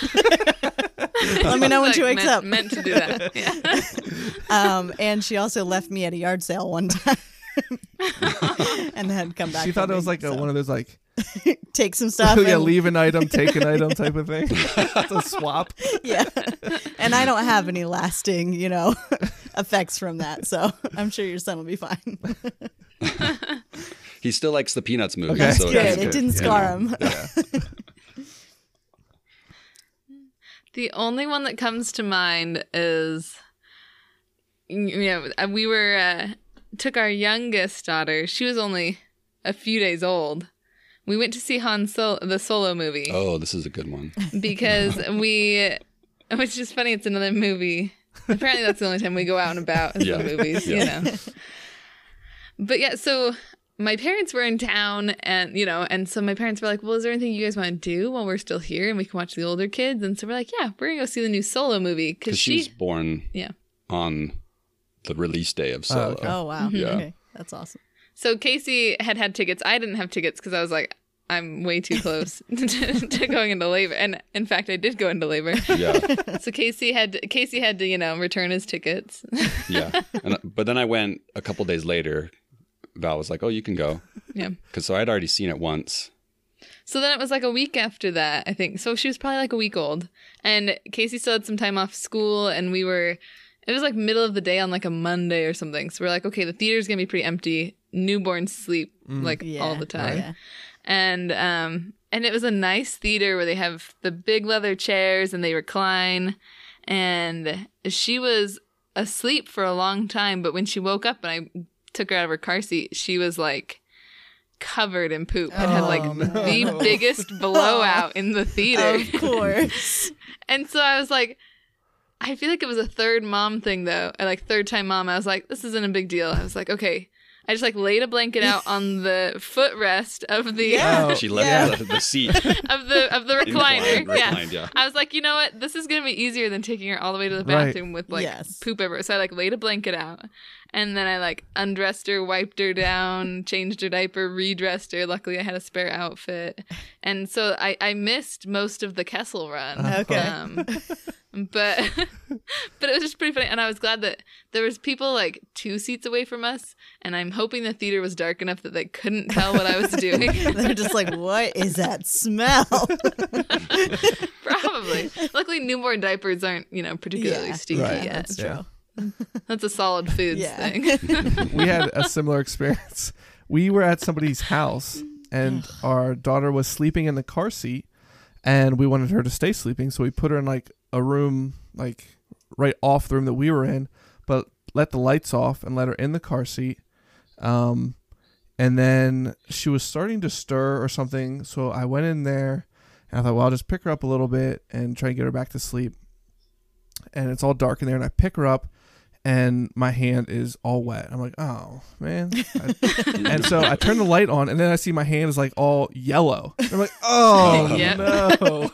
Speaker 6: let me know when
Speaker 7: Like,
Speaker 6: she wakes
Speaker 7: meant,
Speaker 6: up.
Speaker 7: Meant to do that. Yeah.
Speaker 6: Um, and she also left me at a yard sale one time. and had come back.
Speaker 5: She thought
Speaker 6: for
Speaker 5: it was
Speaker 6: me,
Speaker 5: like a,
Speaker 6: so.
Speaker 5: one of those like
Speaker 6: take some stuff.
Speaker 5: yeah,
Speaker 6: and-
Speaker 5: leave an item, take an item type of thing. it's a swap.
Speaker 6: yeah. And I don't have any lasting, you know, effects from that. So I'm sure your son will be fine.
Speaker 2: He still likes the Peanuts movie.
Speaker 5: Okay.
Speaker 2: So
Speaker 5: That's
Speaker 6: Good.
Speaker 2: it's
Speaker 6: It didn't scar him.
Speaker 7: The only one that comes to mind is, you know, we were uh, took our youngest daughter. She was only a few days old. We went to see Han Solo, the Solo movie,
Speaker 2: Oh, this is a good one.
Speaker 7: because we, which is funny. It's another movie. Apparently, that's the only time we go out and about is
Speaker 2: Yeah.
Speaker 7: the movies.
Speaker 2: Yeah.
Speaker 7: You know. But yeah, so my parents were in town and you know, and so my parents were like, Well, is there anything you guys want to do while we're still here and we can watch the older kids? And so we're like, Yeah, we're gonna go see the new solo movie. Cause,
Speaker 2: Because she
Speaker 7: she,
Speaker 2: was born
Speaker 7: Yeah.
Speaker 2: on the release day of Solo.
Speaker 5: okay.
Speaker 6: Oh, wow.
Speaker 2: Yeah.
Speaker 6: Okay. That's awesome.
Speaker 7: So Casey had had tickets. I didn't have tickets because I was like, I'm way too close to, to going into labor. And in fact I did go into labor.
Speaker 2: Yeah.
Speaker 7: So Casey had Casey had to, you know, return his tickets.
Speaker 2: Yeah. And, but then I went a couple days later. Val was like, oh, you can go.
Speaker 7: yeah.
Speaker 2: Because so I'd already seen it once.
Speaker 7: So then it was like a week after that, I think. So she was probably like a week old. And Casey still had some time off school and we were it was like middle of the day on like a Monday or something. So we're like, okay, the theater's gonna be pretty empty. Newborns sleep like
Speaker 6: Yeah.
Speaker 7: all the time.
Speaker 6: Yeah.
Speaker 7: And um and it was a nice theater where they have the big leather chairs and they recline. And she was asleep for a long time, but when she woke up and I took her out of her car seat, she was like covered in poop and had like
Speaker 6: Oh,
Speaker 7: the biggest blowout in the theater.
Speaker 6: Of course.
Speaker 7: And so I was like, I feel like it was a third mom thing though, and like third time mom. I was like, this isn't a big deal. I was like, okay. I just like laid a blanket out on the footrest of the
Speaker 5: Oh,
Speaker 2: she left
Speaker 5: yeah.
Speaker 2: the, the seat.
Speaker 7: of the of the
Speaker 2: Inclined,
Speaker 7: recliner. yeah.
Speaker 2: reclined, yeah.
Speaker 7: I was like, you know what? This is gonna be easier than taking her all the way to the
Speaker 5: Right.
Speaker 7: bathroom with like
Speaker 6: Yes.
Speaker 7: poop everywhere. So I like laid a blanket out, and then I like undressed her, wiped her down, changed her diaper, redressed her. Luckily, I had a spare outfit, and so I I missed most of the Kessel run.
Speaker 6: Okay.
Speaker 7: Um, but but it was just pretty funny, and I was glad that there was people like two seats away from us, and I'm hoping the theater was dark enough that they couldn't tell what I was doing.
Speaker 6: They're just like, what is that smell?
Speaker 7: Probably. Luckily, newborn diapers aren't, you know, particularly
Speaker 6: Yeah.
Speaker 7: stinky
Speaker 5: Right.
Speaker 7: yet. That's,
Speaker 5: Yeah.
Speaker 7: a solid foods
Speaker 6: Yeah.
Speaker 7: thing.
Speaker 5: we had a similar experience. We were at somebody's house, and our daughter was sleeping in the car seat, and we wanted her to stay sleeping, so we put her in like a room, like right off the room that we were in, but let the lights off and let her in the car seat. Um, and then she was starting to stir or something. So I went in there and I thought, well, I'll just pick her up a little bit and try and get her back to sleep. And it's all dark in there, and I pick her up, and my hand is all wet. I'm like, oh man. I- and so I turn the light on, and then I see my hand is like all yellow. And I'm like, oh
Speaker 7: Yep.
Speaker 5: no.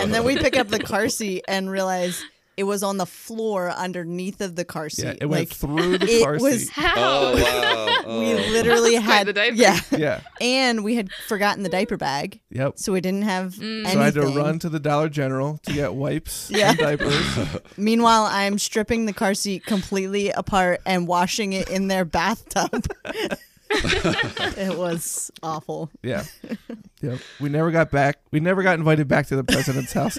Speaker 6: And then we pick up the car seat and realize it was on the floor underneath of the car seat.
Speaker 5: Yeah, it went
Speaker 6: Like,
Speaker 5: through the
Speaker 6: it
Speaker 5: car
Speaker 6: was-
Speaker 5: seat.
Speaker 7: How?
Speaker 2: Oh wow!
Speaker 6: we
Speaker 2: Oh.
Speaker 6: literally
Speaker 7: Quite
Speaker 6: had
Speaker 7: the diaper.
Speaker 6: yeah,
Speaker 5: Yeah.
Speaker 6: and we had forgotten the diaper bag,
Speaker 5: Yep.
Speaker 6: so we didn't have
Speaker 7: Mm.
Speaker 6: anything.
Speaker 5: So I had to run to the Dollar General to get wipes
Speaker 6: Yeah.
Speaker 5: and diapers.
Speaker 6: Meanwhile, I'm stripping the car seat completely apart and washing it in their bathtub. it was awful.
Speaker 5: Yeah. Yep. We never got back. We never got invited back to the president's house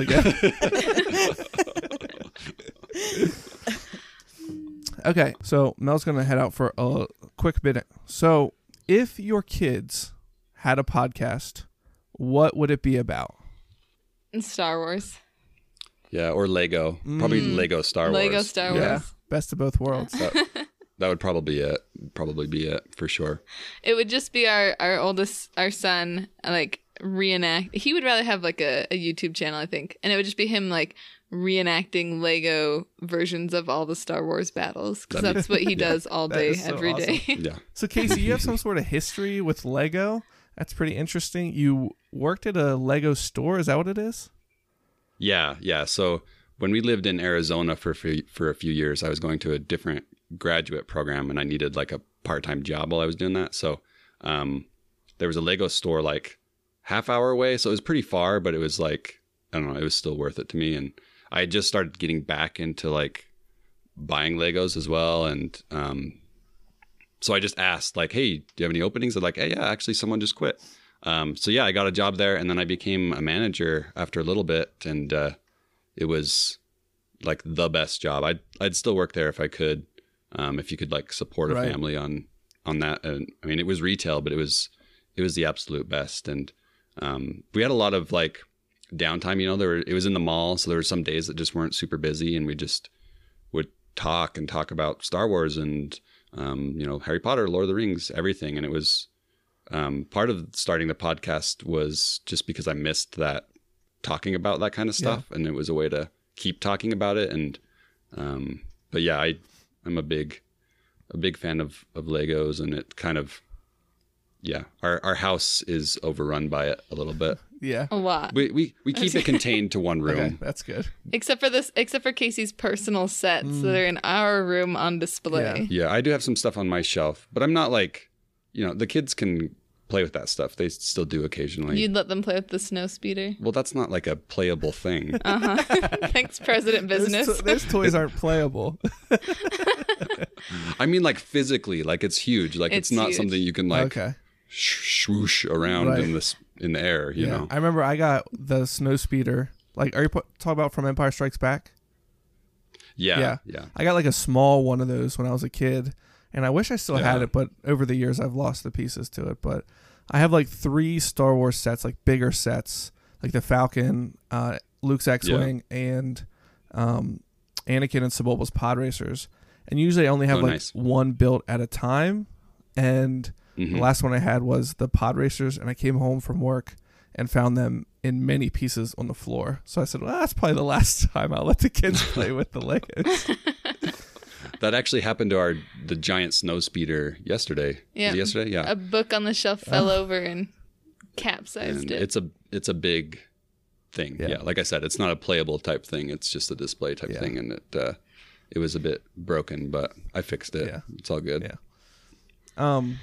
Speaker 5: again. okay. So Mel's going to head out for a quick minute. So if your kids had a podcast, what would it be about?
Speaker 7: Star Wars.
Speaker 2: Yeah, or Lego. Probably Lego Star Wars.
Speaker 7: Mm. Lego Star Wars.
Speaker 5: Yeah. Best of both worlds.
Speaker 2: That, that would probably be it. Probably be it for sure.
Speaker 7: It would just be our our oldest our son like reenact. He would rather have like a, a YouTube channel, I think, and it would just be him like reenacting Lego versions of all the Star Wars battles because
Speaker 2: That'd be-
Speaker 7: that's what he does all
Speaker 5: That
Speaker 7: day
Speaker 5: is so
Speaker 7: every day.
Speaker 2: Yeah.
Speaker 5: So Casey, you have some sort of history with Lego. That's pretty interesting. You worked at a Lego store. Is that what it is?
Speaker 2: Yeah, yeah. So when we lived in Arizona for a few, for a few years, I was going to a different graduate program, and I needed like a part time job while I was doing that. So um, there was a Lego store like half hour away, so it was pretty far, but it was like I don't know, it was still worth it to me. And I had just started getting back into like buying Legos as well, and um, so I just asked like, "Hey, do you have any openings?" They're like, "Hey, yeah, actually, someone just quit." Um, so yeah, I got a job there, and then I became a manager after a little bit, and uh, it was like the best job. I'd I'd still work there if I could, um, if you could like support a
Speaker 5: Right.
Speaker 2: family on on that. And I mean, it was retail, but it was it was the absolute best, and um, we had a lot of like downtime. You know, there were, it was in the mall, so there were some days that just weren't super busy, and we just would talk and talk about Star Wars and um, you know Harry Potter, Lord of the Rings, everything, and it was um, part of starting the podcast was just because I missed that talking about that kind of stuff, and it was a way to keep talking about it. And um, but yeah, I I'm a big a big fan of of Legos, and it kind of yeah, our our house is overrun by it a little bit.
Speaker 5: Yeah.
Speaker 7: A lot,
Speaker 2: We we, we keep it contained to one room.
Speaker 5: Okay, that's good.
Speaker 7: except for this, except for Casey's personal sets that are in our room on display.
Speaker 2: Yeah, I do have some stuff on my shelf, but I'm not like, you know, the kids can play with that stuff. They still do occasionally.
Speaker 7: You'd let them play with the snow speeder.
Speaker 2: well, that's not like a playable thing.
Speaker 7: Uh huh. Thanks, President Business.
Speaker 5: Those, to- those toys aren't playable.
Speaker 2: I mean, like physically, like it's huge. Like it's,
Speaker 7: It's
Speaker 2: not
Speaker 7: huge.
Speaker 2: something you can like
Speaker 5: okay.
Speaker 2: sh- swoosh around
Speaker 5: Right.
Speaker 2: in this in the air. You
Speaker 5: yeah.
Speaker 2: know,
Speaker 5: I remember I got the snow speeder. Like, are you po- talking about from Empire Strikes Back?
Speaker 2: yeah, yeah,
Speaker 5: yeah. I got like a small one of those when I was a kid, and I wish I still had
Speaker 2: Yeah.
Speaker 5: it, but over the years I've lost the pieces to it. But I have like three Star Wars sets, like bigger sets, like the Falcon, uh, Luke's X-wing, and um, Anakin and Sebulba's pod racers. And usually I only have
Speaker 2: Oh,
Speaker 5: like
Speaker 2: nice. Mm-hmm.
Speaker 5: one built at a time, and the last one I had was the pod racers, and I came home from work and found them in many pieces on the floor. So I said, well, that's probably the last time I'll let the kids play with the Legos.
Speaker 2: That actually happened to our the giant snow speeder yesterday. Was
Speaker 7: Yeah.
Speaker 2: it yesterday, yeah.
Speaker 7: a book on the shelf fell over and capsized
Speaker 2: Uh. and
Speaker 7: it.
Speaker 2: it's a it's a big thing.
Speaker 5: Yeah.
Speaker 2: Yeah. like I said, it's not a playable type thing. It's just a display type
Speaker 5: Yeah.
Speaker 2: thing, and it uh, it was a bit broken, but I fixed it.
Speaker 5: Yeah.
Speaker 2: It's all good.
Speaker 5: Yeah. um,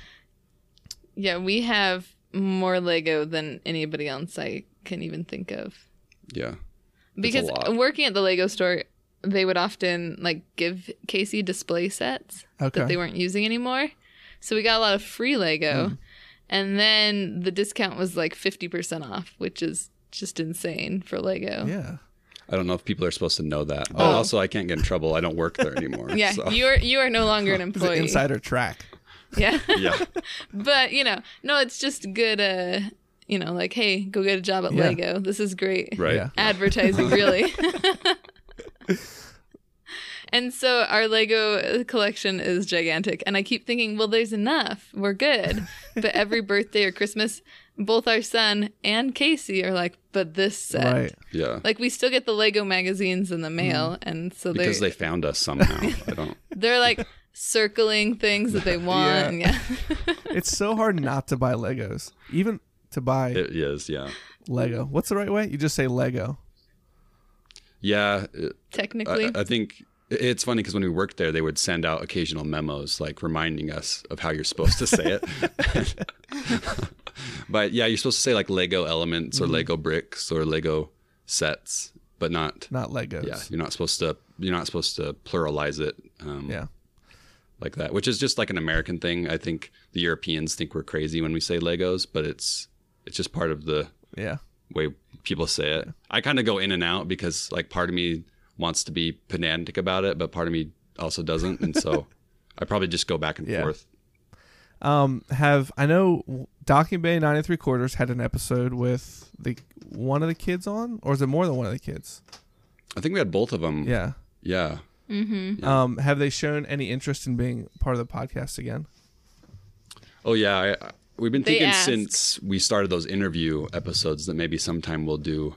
Speaker 7: yeah, we have more Lego than anybody else I can even think of.
Speaker 2: Yeah,
Speaker 7: Because uh,
Speaker 2: lot.
Speaker 7: working at the Lego store, they would often like give Casey display sets
Speaker 5: Okay.
Speaker 7: that they weren't using anymore. So we got a lot of free
Speaker 2: Hmm.
Speaker 7: Lego. And then the discount was like 50% off, which is just insane for Lego.
Speaker 5: Yeah.
Speaker 2: I don't know if people are supposed to know that.
Speaker 7: Oh.
Speaker 2: Also, I can't get in trouble. I don't work there anymore.
Speaker 7: Yeah,
Speaker 2: so-
Speaker 7: you are you are no longer an
Speaker 5: It's an
Speaker 7: employee.
Speaker 5: insider track.
Speaker 7: Yeah.
Speaker 2: yeah,
Speaker 7: but you know no it's just good uh you know like hey go get a job at
Speaker 5: Yeah.
Speaker 7: lego this is great
Speaker 2: right.
Speaker 5: Yeah.
Speaker 7: advertising really And so our Lego collection is gigantic. And I keep thinking, well, there's enough. We're good. But every birthday or Christmas, both our son and Casey are like, but this set.
Speaker 5: Right.
Speaker 2: Yeah.
Speaker 7: Like we still get the Lego magazines in the mail. And so they're,
Speaker 2: because they found us somehow. I don't.
Speaker 7: they're like circling things that they want. Yeah.
Speaker 5: It's so hard not to buy Legos. Even to buy
Speaker 2: It is. Yeah.
Speaker 5: Lego. What's the right way? You just say Lego.
Speaker 2: Yeah. it-
Speaker 7: Technically.
Speaker 2: I, I think it's funny because when we worked there, they would send out occasional memos like reminding us of how you're supposed to say it. but yeah, you're supposed to say like Lego elements or Lego bricks or Lego sets, but not.
Speaker 5: Not Legos.
Speaker 2: Yeah, you're not supposed to. You're not supposed to pluralize it. Um,
Speaker 5: Yeah.
Speaker 2: like that, which is just like an American thing. I think the Europeans think we're crazy when we say Legos, but it's it's just part of the
Speaker 5: Yeah.
Speaker 2: way people say it. I kind of go in and out because like part of me wants to be pedantic about it, but part of me also doesn't, and so I probably just go back and
Speaker 5: Yeah.
Speaker 2: forth.
Speaker 5: Um, have I know Docking Bay nine and three quarters had an episode with the one of the kids on, or is it more than one of the kids?
Speaker 2: I think we had both of them.
Speaker 5: Yeah.
Speaker 2: yeah.
Speaker 5: Um, have they shown any interest in being part of the podcast again?
Speaker 2: Oh yeah, I, I- we've been
Speaker 7: They
Speaker 2: thinking
Speaker 7: asked.
Speaker 2: since we started those interview episodes that maybe sometime we'll do.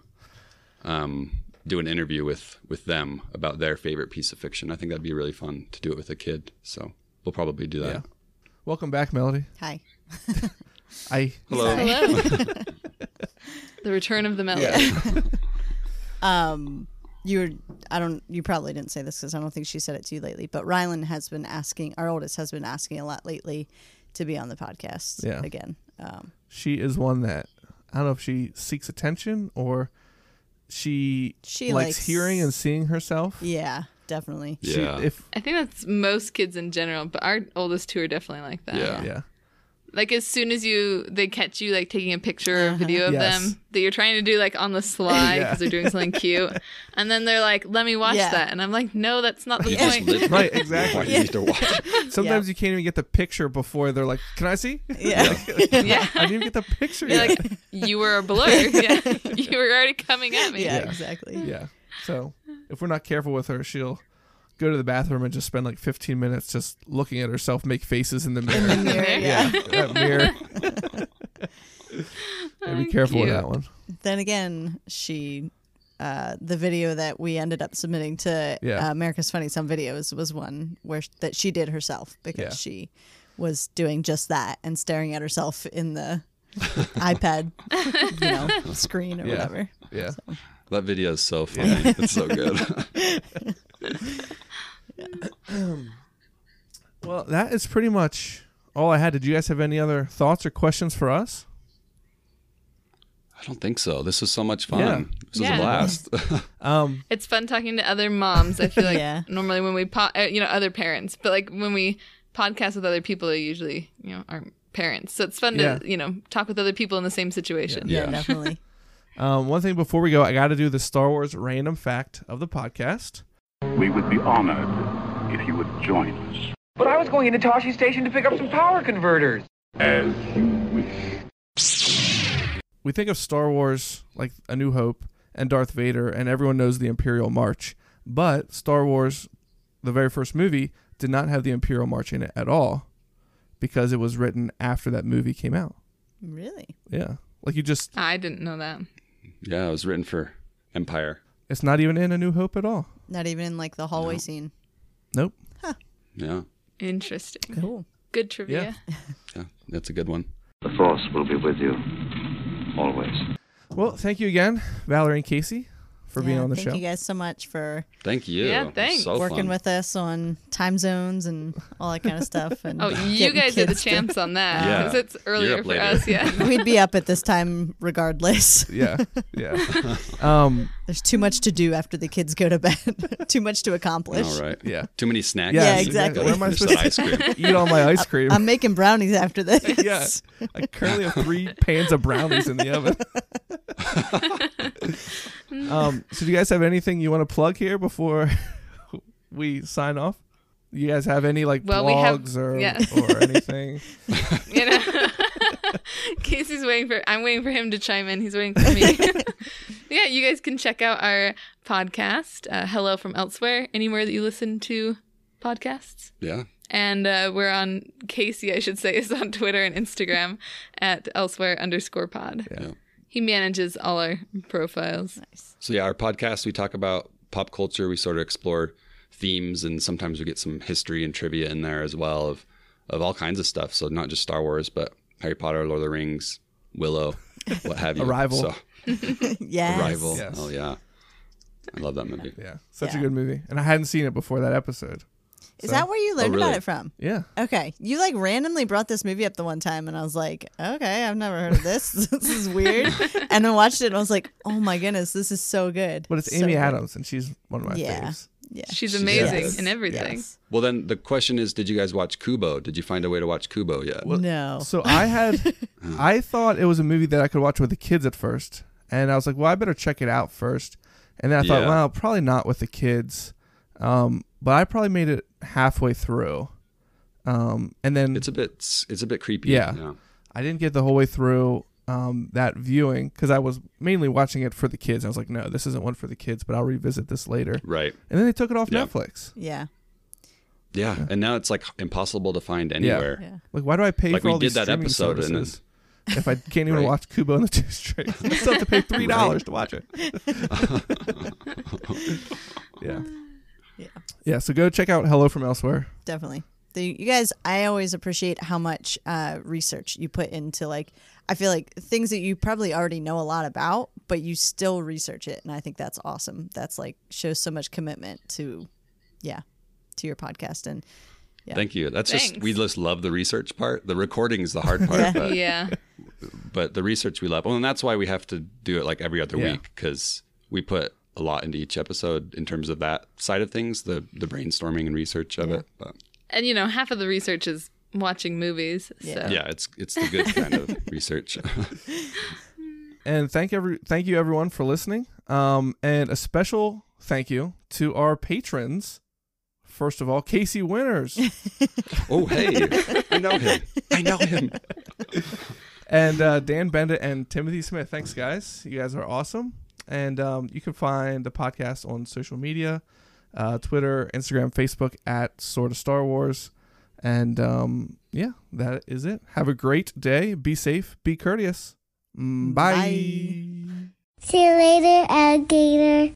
Speaker 2: Um, do an interview with with them about their favorite piece of fiction. I think that'd be really fun to do it with a kid. So we'll probably do that.
Speaker 5: Welcome back, Melody.
Speaker 6: Hi.
Speaker 5: I
Speaker 2: Hello.
Speaker 7: Hello. the return of the melody.
Speaker 6: Um, you were, I don't, you probably didn't say this because I don't think she said it to you lately, but Rylan has been asking, our oldest has been asking a lot lately to be on the podcast
Speaker 5: Yeah.
Speaker 6: again. Um,
Speaker 5: she is one that I don't know if she seeks attention or she
Speaker 6: She
Speaker 5: likes,
Speaker 6: likes-
Speaker 5: hearing and seeing herself.
Speaker 6: yeah, definitely.
Speaker 5: She-
Speaker 2: Yeah.
Speaker 5: if
Speaker 7: I think that's most kids in general, but our oldest two are definitely like that.
Speaker 2: Yeah.
Speaker 5: yeah.
Speaker 7: Like as soon as you they catch you like taking a picture or video of
Speaker 5: Yes.
Speaker 7: them that you're trying to do like on the sly
Speaker 5: Yeah.
Speaker 7: because they're doing something cute, and then they're like, "Let me watch
Speaker 6: Yeah.
Speaker 7: that," and I'm like, "No, that's not the
Speaker 2: You just
Speaker 7: point."
Speaker 2: live-
Speaker 5: Right, exactly.
Speaker 2: You need to watch.
Speaker 5: Sometimes you can't even get the picture before they're like, "Can I see?"
Speaker 6: Yeah.
Speaker 7: yeah,
Speaker 5: I didn't even get the picture
Speaker 7: you're
Speaker 5: yet.
Speaker 7: like you were a blur. Yeah, you were already coming at me.
Speaker 6: yeah, exactly.
Speaker 5: yeah. So if we're not careful with her, she'll go to the bathroom and just spend like 15 minutes just looking at herself, make faces in the mirror.
Speaker 6: Mirror,
Speaker 5: yeah, that mirror. Yeah, be careful with
Speaker 7: Cute.
Speaker 5: that one.
Speaker 6: then again, she, uh, the video that we ended up submitting to
Speaker 5: Yeah.
Speaker 6: uh, America's Funniest Home Videos was one where sh- that she did herself because
Speaker 5: Yeah.
Speaker 6: she was doing just that and staring at herself in the iPad, you know, screen or
Speaker 5: Yeah.
Speaker 6: whatever.
Speaker 5: Yeah.
Speaker 2: That video is so funny. It's so good.
Speaker 5: Well, that is pretty much all I had. Did you guys have any other thoughts or questions for us?
Speaker 2: I don't think so. This was so much fun.
Speaker 5: Yeah.
Speaker 2: This was
Speaker 7: Yeah.
Speaker 2: a blast.
Speaker 5: Um,
Speaker 7: It's fun talking to other moms. I feel like
Speaker 6: Yeah.
Speaker 7: normally when we, po- uh, you know, other parents, but like when we podcast with other people, they usually, you know, aren't parents. So it's fun
Speaker 5: Yeah.
Speaker 7: to, you know, talk with other people in the same situation.
Speaker 6: Yeah,
Speaker 2: Yeah.
Speaker 6: definitely.
Speaker 5: um, one thing before we go, I got to do the Star Wars random fact of the podcast.
Speaker 4: We would be honored if you would join us
Speaker 8: But I was going into Toshi Station to pick up some power converters.
Speaker 4: as you wish.
Speaker 5: we think of Star Wars like A New Hope and Darth Vader, and everyone knows the Imperial March. But Star Wars, the very first movie, did not have the Imperial March in it at all because it was written after that movie came out.
Speaker 6: Really?
Speaker 5: Yeah. Like you just,
Speaker 7: Ah, I didn't know that.
Speaker 2: yeah, it was written for Empire.
Speaker 5: it's not even in A New Hope at all.
Speaker 6: Not even in like the hallway scene.
Speaker 5: Nope.
Speaker 2: Yeah.
Speaker 7: Interesting.
Speaker 6: Cool.
Speaker 7: Good trivia.
Speaker 2: Yeah. That's a good one.
Speaker 4: The Force will be with you always.
Speaker 5: Well, thank you again, Valerie and Casey, for being
Speaker 6: Yeah,
Speaker 5: on the
Speaker 6: thank
Speaker 5: show.
Speaker 6: you guys so much for
Speaker 2: Thank you.
Speaker 7: Yeah,
Speaker 2: It was
Speaker 7: thanks.
Speaker 2: So
Speaker 6: working
Speaker 2: fun.
Speaker 6: with us on time zones and all that kind of stuff. And
Speaker 7: Oh, you
Speaker 6: getting
Speaker 7: guys are the
Speaker 6: kids to-
Speaker 7: champs on that
Speaker 2: Yeah.
Speaker 7: because it's
Speaker 2: You're
Speaker 7: earlier
Speaker 2: up
Speaker 7: for
Speaker 2: later.
Speaker 7: us. Yeah.
Speaker 6: We'd be up at this time regardless.
Speaker 5: yeah. Yeah. um,
Speaker 6: There's too much to do after the kids go to bed. too much to accomplish.
Speaker 2: All right.
Speaker 5: Yeah.
Speaker 2: Too many snacks.
Speaker 5: Yeah,
Speaker 2: You
Speaker 6: exactly.
Speaker 2: gotta
Speaker 5: Where am I
Speaker 2: finish
Speaker 5: supposed
Speaker 2: that ice cream?
Speaker 5: eat all my ice cream.
Speaker 6: I'm making brownies after this.
Speaker 5: yeah. I currently have three pans of brownies in the oven. um, so, do you guys have anything you want to plug here before we sign off? You guys have any like
Speaker 7: Well, we have-
Speaker 5: blogs or
Speaker 7: yeah.
Speaker 5: or anything?
Speaker 7: you know, Casey's waiting for. I'm waiting for him to chime in. He's waiting for me. yeah, you guys can check out our podcast, uh, Hello from Elsewhere, anywhere that you listen to podcasts.
Speaker 2: Yeah.
Speaker 7: And uh, we're on Casey, I should say, is on Twitter and Instagram at elsewhere underscore pod.
Speaker 2: Yeah.
Speaker 7: He manages all our profiles.
Speaker 6: Nice.
Speaker 2: So yeah, our podcast we talk about pop culture. We sort of explore themes, and sometimes we get some history and trivia in there as well of of all kinds of stuff. So not just Star Wars, but Harry Potter, Lord of the Rings, Willow, what have you.
Speaker 5: Arrival.
Speaker 2: So,
Speaker 6: Yes.
Speaker 2: Arrival.
Speaker 5: Yes.
Speaker 2: Oh yeah, I love that movie.
Speaker 5: Yeah, such a
Speaker 6: Yeah.
Speaker 5: good movie, and I hadn't seen it before that episode.
Speaker 6: Is that where you
Speaker 5: Oh,
Speaker 6: learned
Speaker 2: really?
Speaker 6: about it from?
Speaker 5: Yeah,
Speaker 6: Okay. You like randomly brought this movie up the one time and I was like, okay, I've never heard of this. this is weird. and I watched it and I was like, oh my goodness, this is so good.
Speaker 5: but it's
Speaker 6: So
Speaker 5: Amy
Speaker 6: good.
Speaker 5: Adams, and she's one of my
Speaker 6: Yeah.
Speaker 5: faves.
Speaker 6: Yeah.
Speaker 7: She's
Speaker 2: She's
Speaker 7: amazing
Speaker 2: good.
Speaker 7: in everything.
Speaker 6: Yes.
Speaker 2: Well, then the question is, did you guys watch Kubo? Did you find a way to watch Kubo yet?
Speaker 6: no.
Speaker 5: So I had, I thought it was a movie that I could watch with the kids at first, and I was like, well, I better check it out first. And then I thought,
Speaker 2: Yeah.
Speaker 5: well, probably not with the kids, um, but I probably made it halfway through, um, and then
Speaker 2: It's a bit it's a bit creepy.
Speaker 5: Yeah. I didn't get the whole way through um, that viewing because I was mainly watching it for the kids. I was like, no, this isn't one for the kids, but I'll revisit this later.
Speaker 2: Right.
Speaker 5: And then they took it off
Speaker 2: Yeah.
Speaker 5: Netflix.
Speaker 6: yeah.
Speaker 2: Yeah. And now it's like impossible to find anywhere.
Speaker 6: Yeah.
Speaker 5: Like, why do I pay
Speaker 2: Like,
Speaker 5: for
Speaker 2: we
Speaker 5: all
Speaker 2: did
Speaker 5: these
Speaker 2: that
Speaker 5: streaming
Speaker 2: episode and then-
Speaker 5: services if I can't even
Speaker 2: Right.
Speaker 5: watch Kubo and the Two Strings? I still have to pay three dollars to watch it. yeah.
Speaker 6: Yeah.
Speaker 5: Yeah. So go check out Hello from Elsewhere.
Speaker 6: definitely. The, you guys, I always appreciate how much uh, research you put into like. I feel like things that you probably already know a lot about, but you still research it, and I think that's awesome. That's like shows so much commitment to, yeah, to your podcast, and
Speaker 2: Thank you. That's just
Speaker 7: Thanks.
Speaker 2: we just love the research part. The recording is the hard part,
Speaker 6: Yeah.
Speaker 2: but,
Speaker 7: Yeah.
Speaker 2: but the research we love. Well, and that's why we have to do it like every other week 'cause
Speaker 5: Yeah.
Speaker 2: week because we put a lot into each episode in terms of that side of things, the the brainstorming and research of it. But
Speaker 7: And, you know, half of the research is watching movies.
Speaker 6: Oh.
Speaker 7: So.
Speaker 2: yeah, it's it's the good kind of research.
Speaker 5: and thank every thank you everyone for listening. Um, and a special thank you to our patrons. First of all, Casey Winters
Speaker 2: oh hey, I know him. I know him.
Speaker 5: and uh, Dan Bendit and Timothy Smith. Thanks, guys. You guys are awesome. And um, you can find the podcast on social media, uh, Twitter, Instagram, Facebook at Sort of Star Wars. And um, yeah, that is it. Have a great day. Be safe. Be courteous. Mm,
Speaker 6: Bye.
Speaker 5: bye.
Speaker 1: See you later, alligator.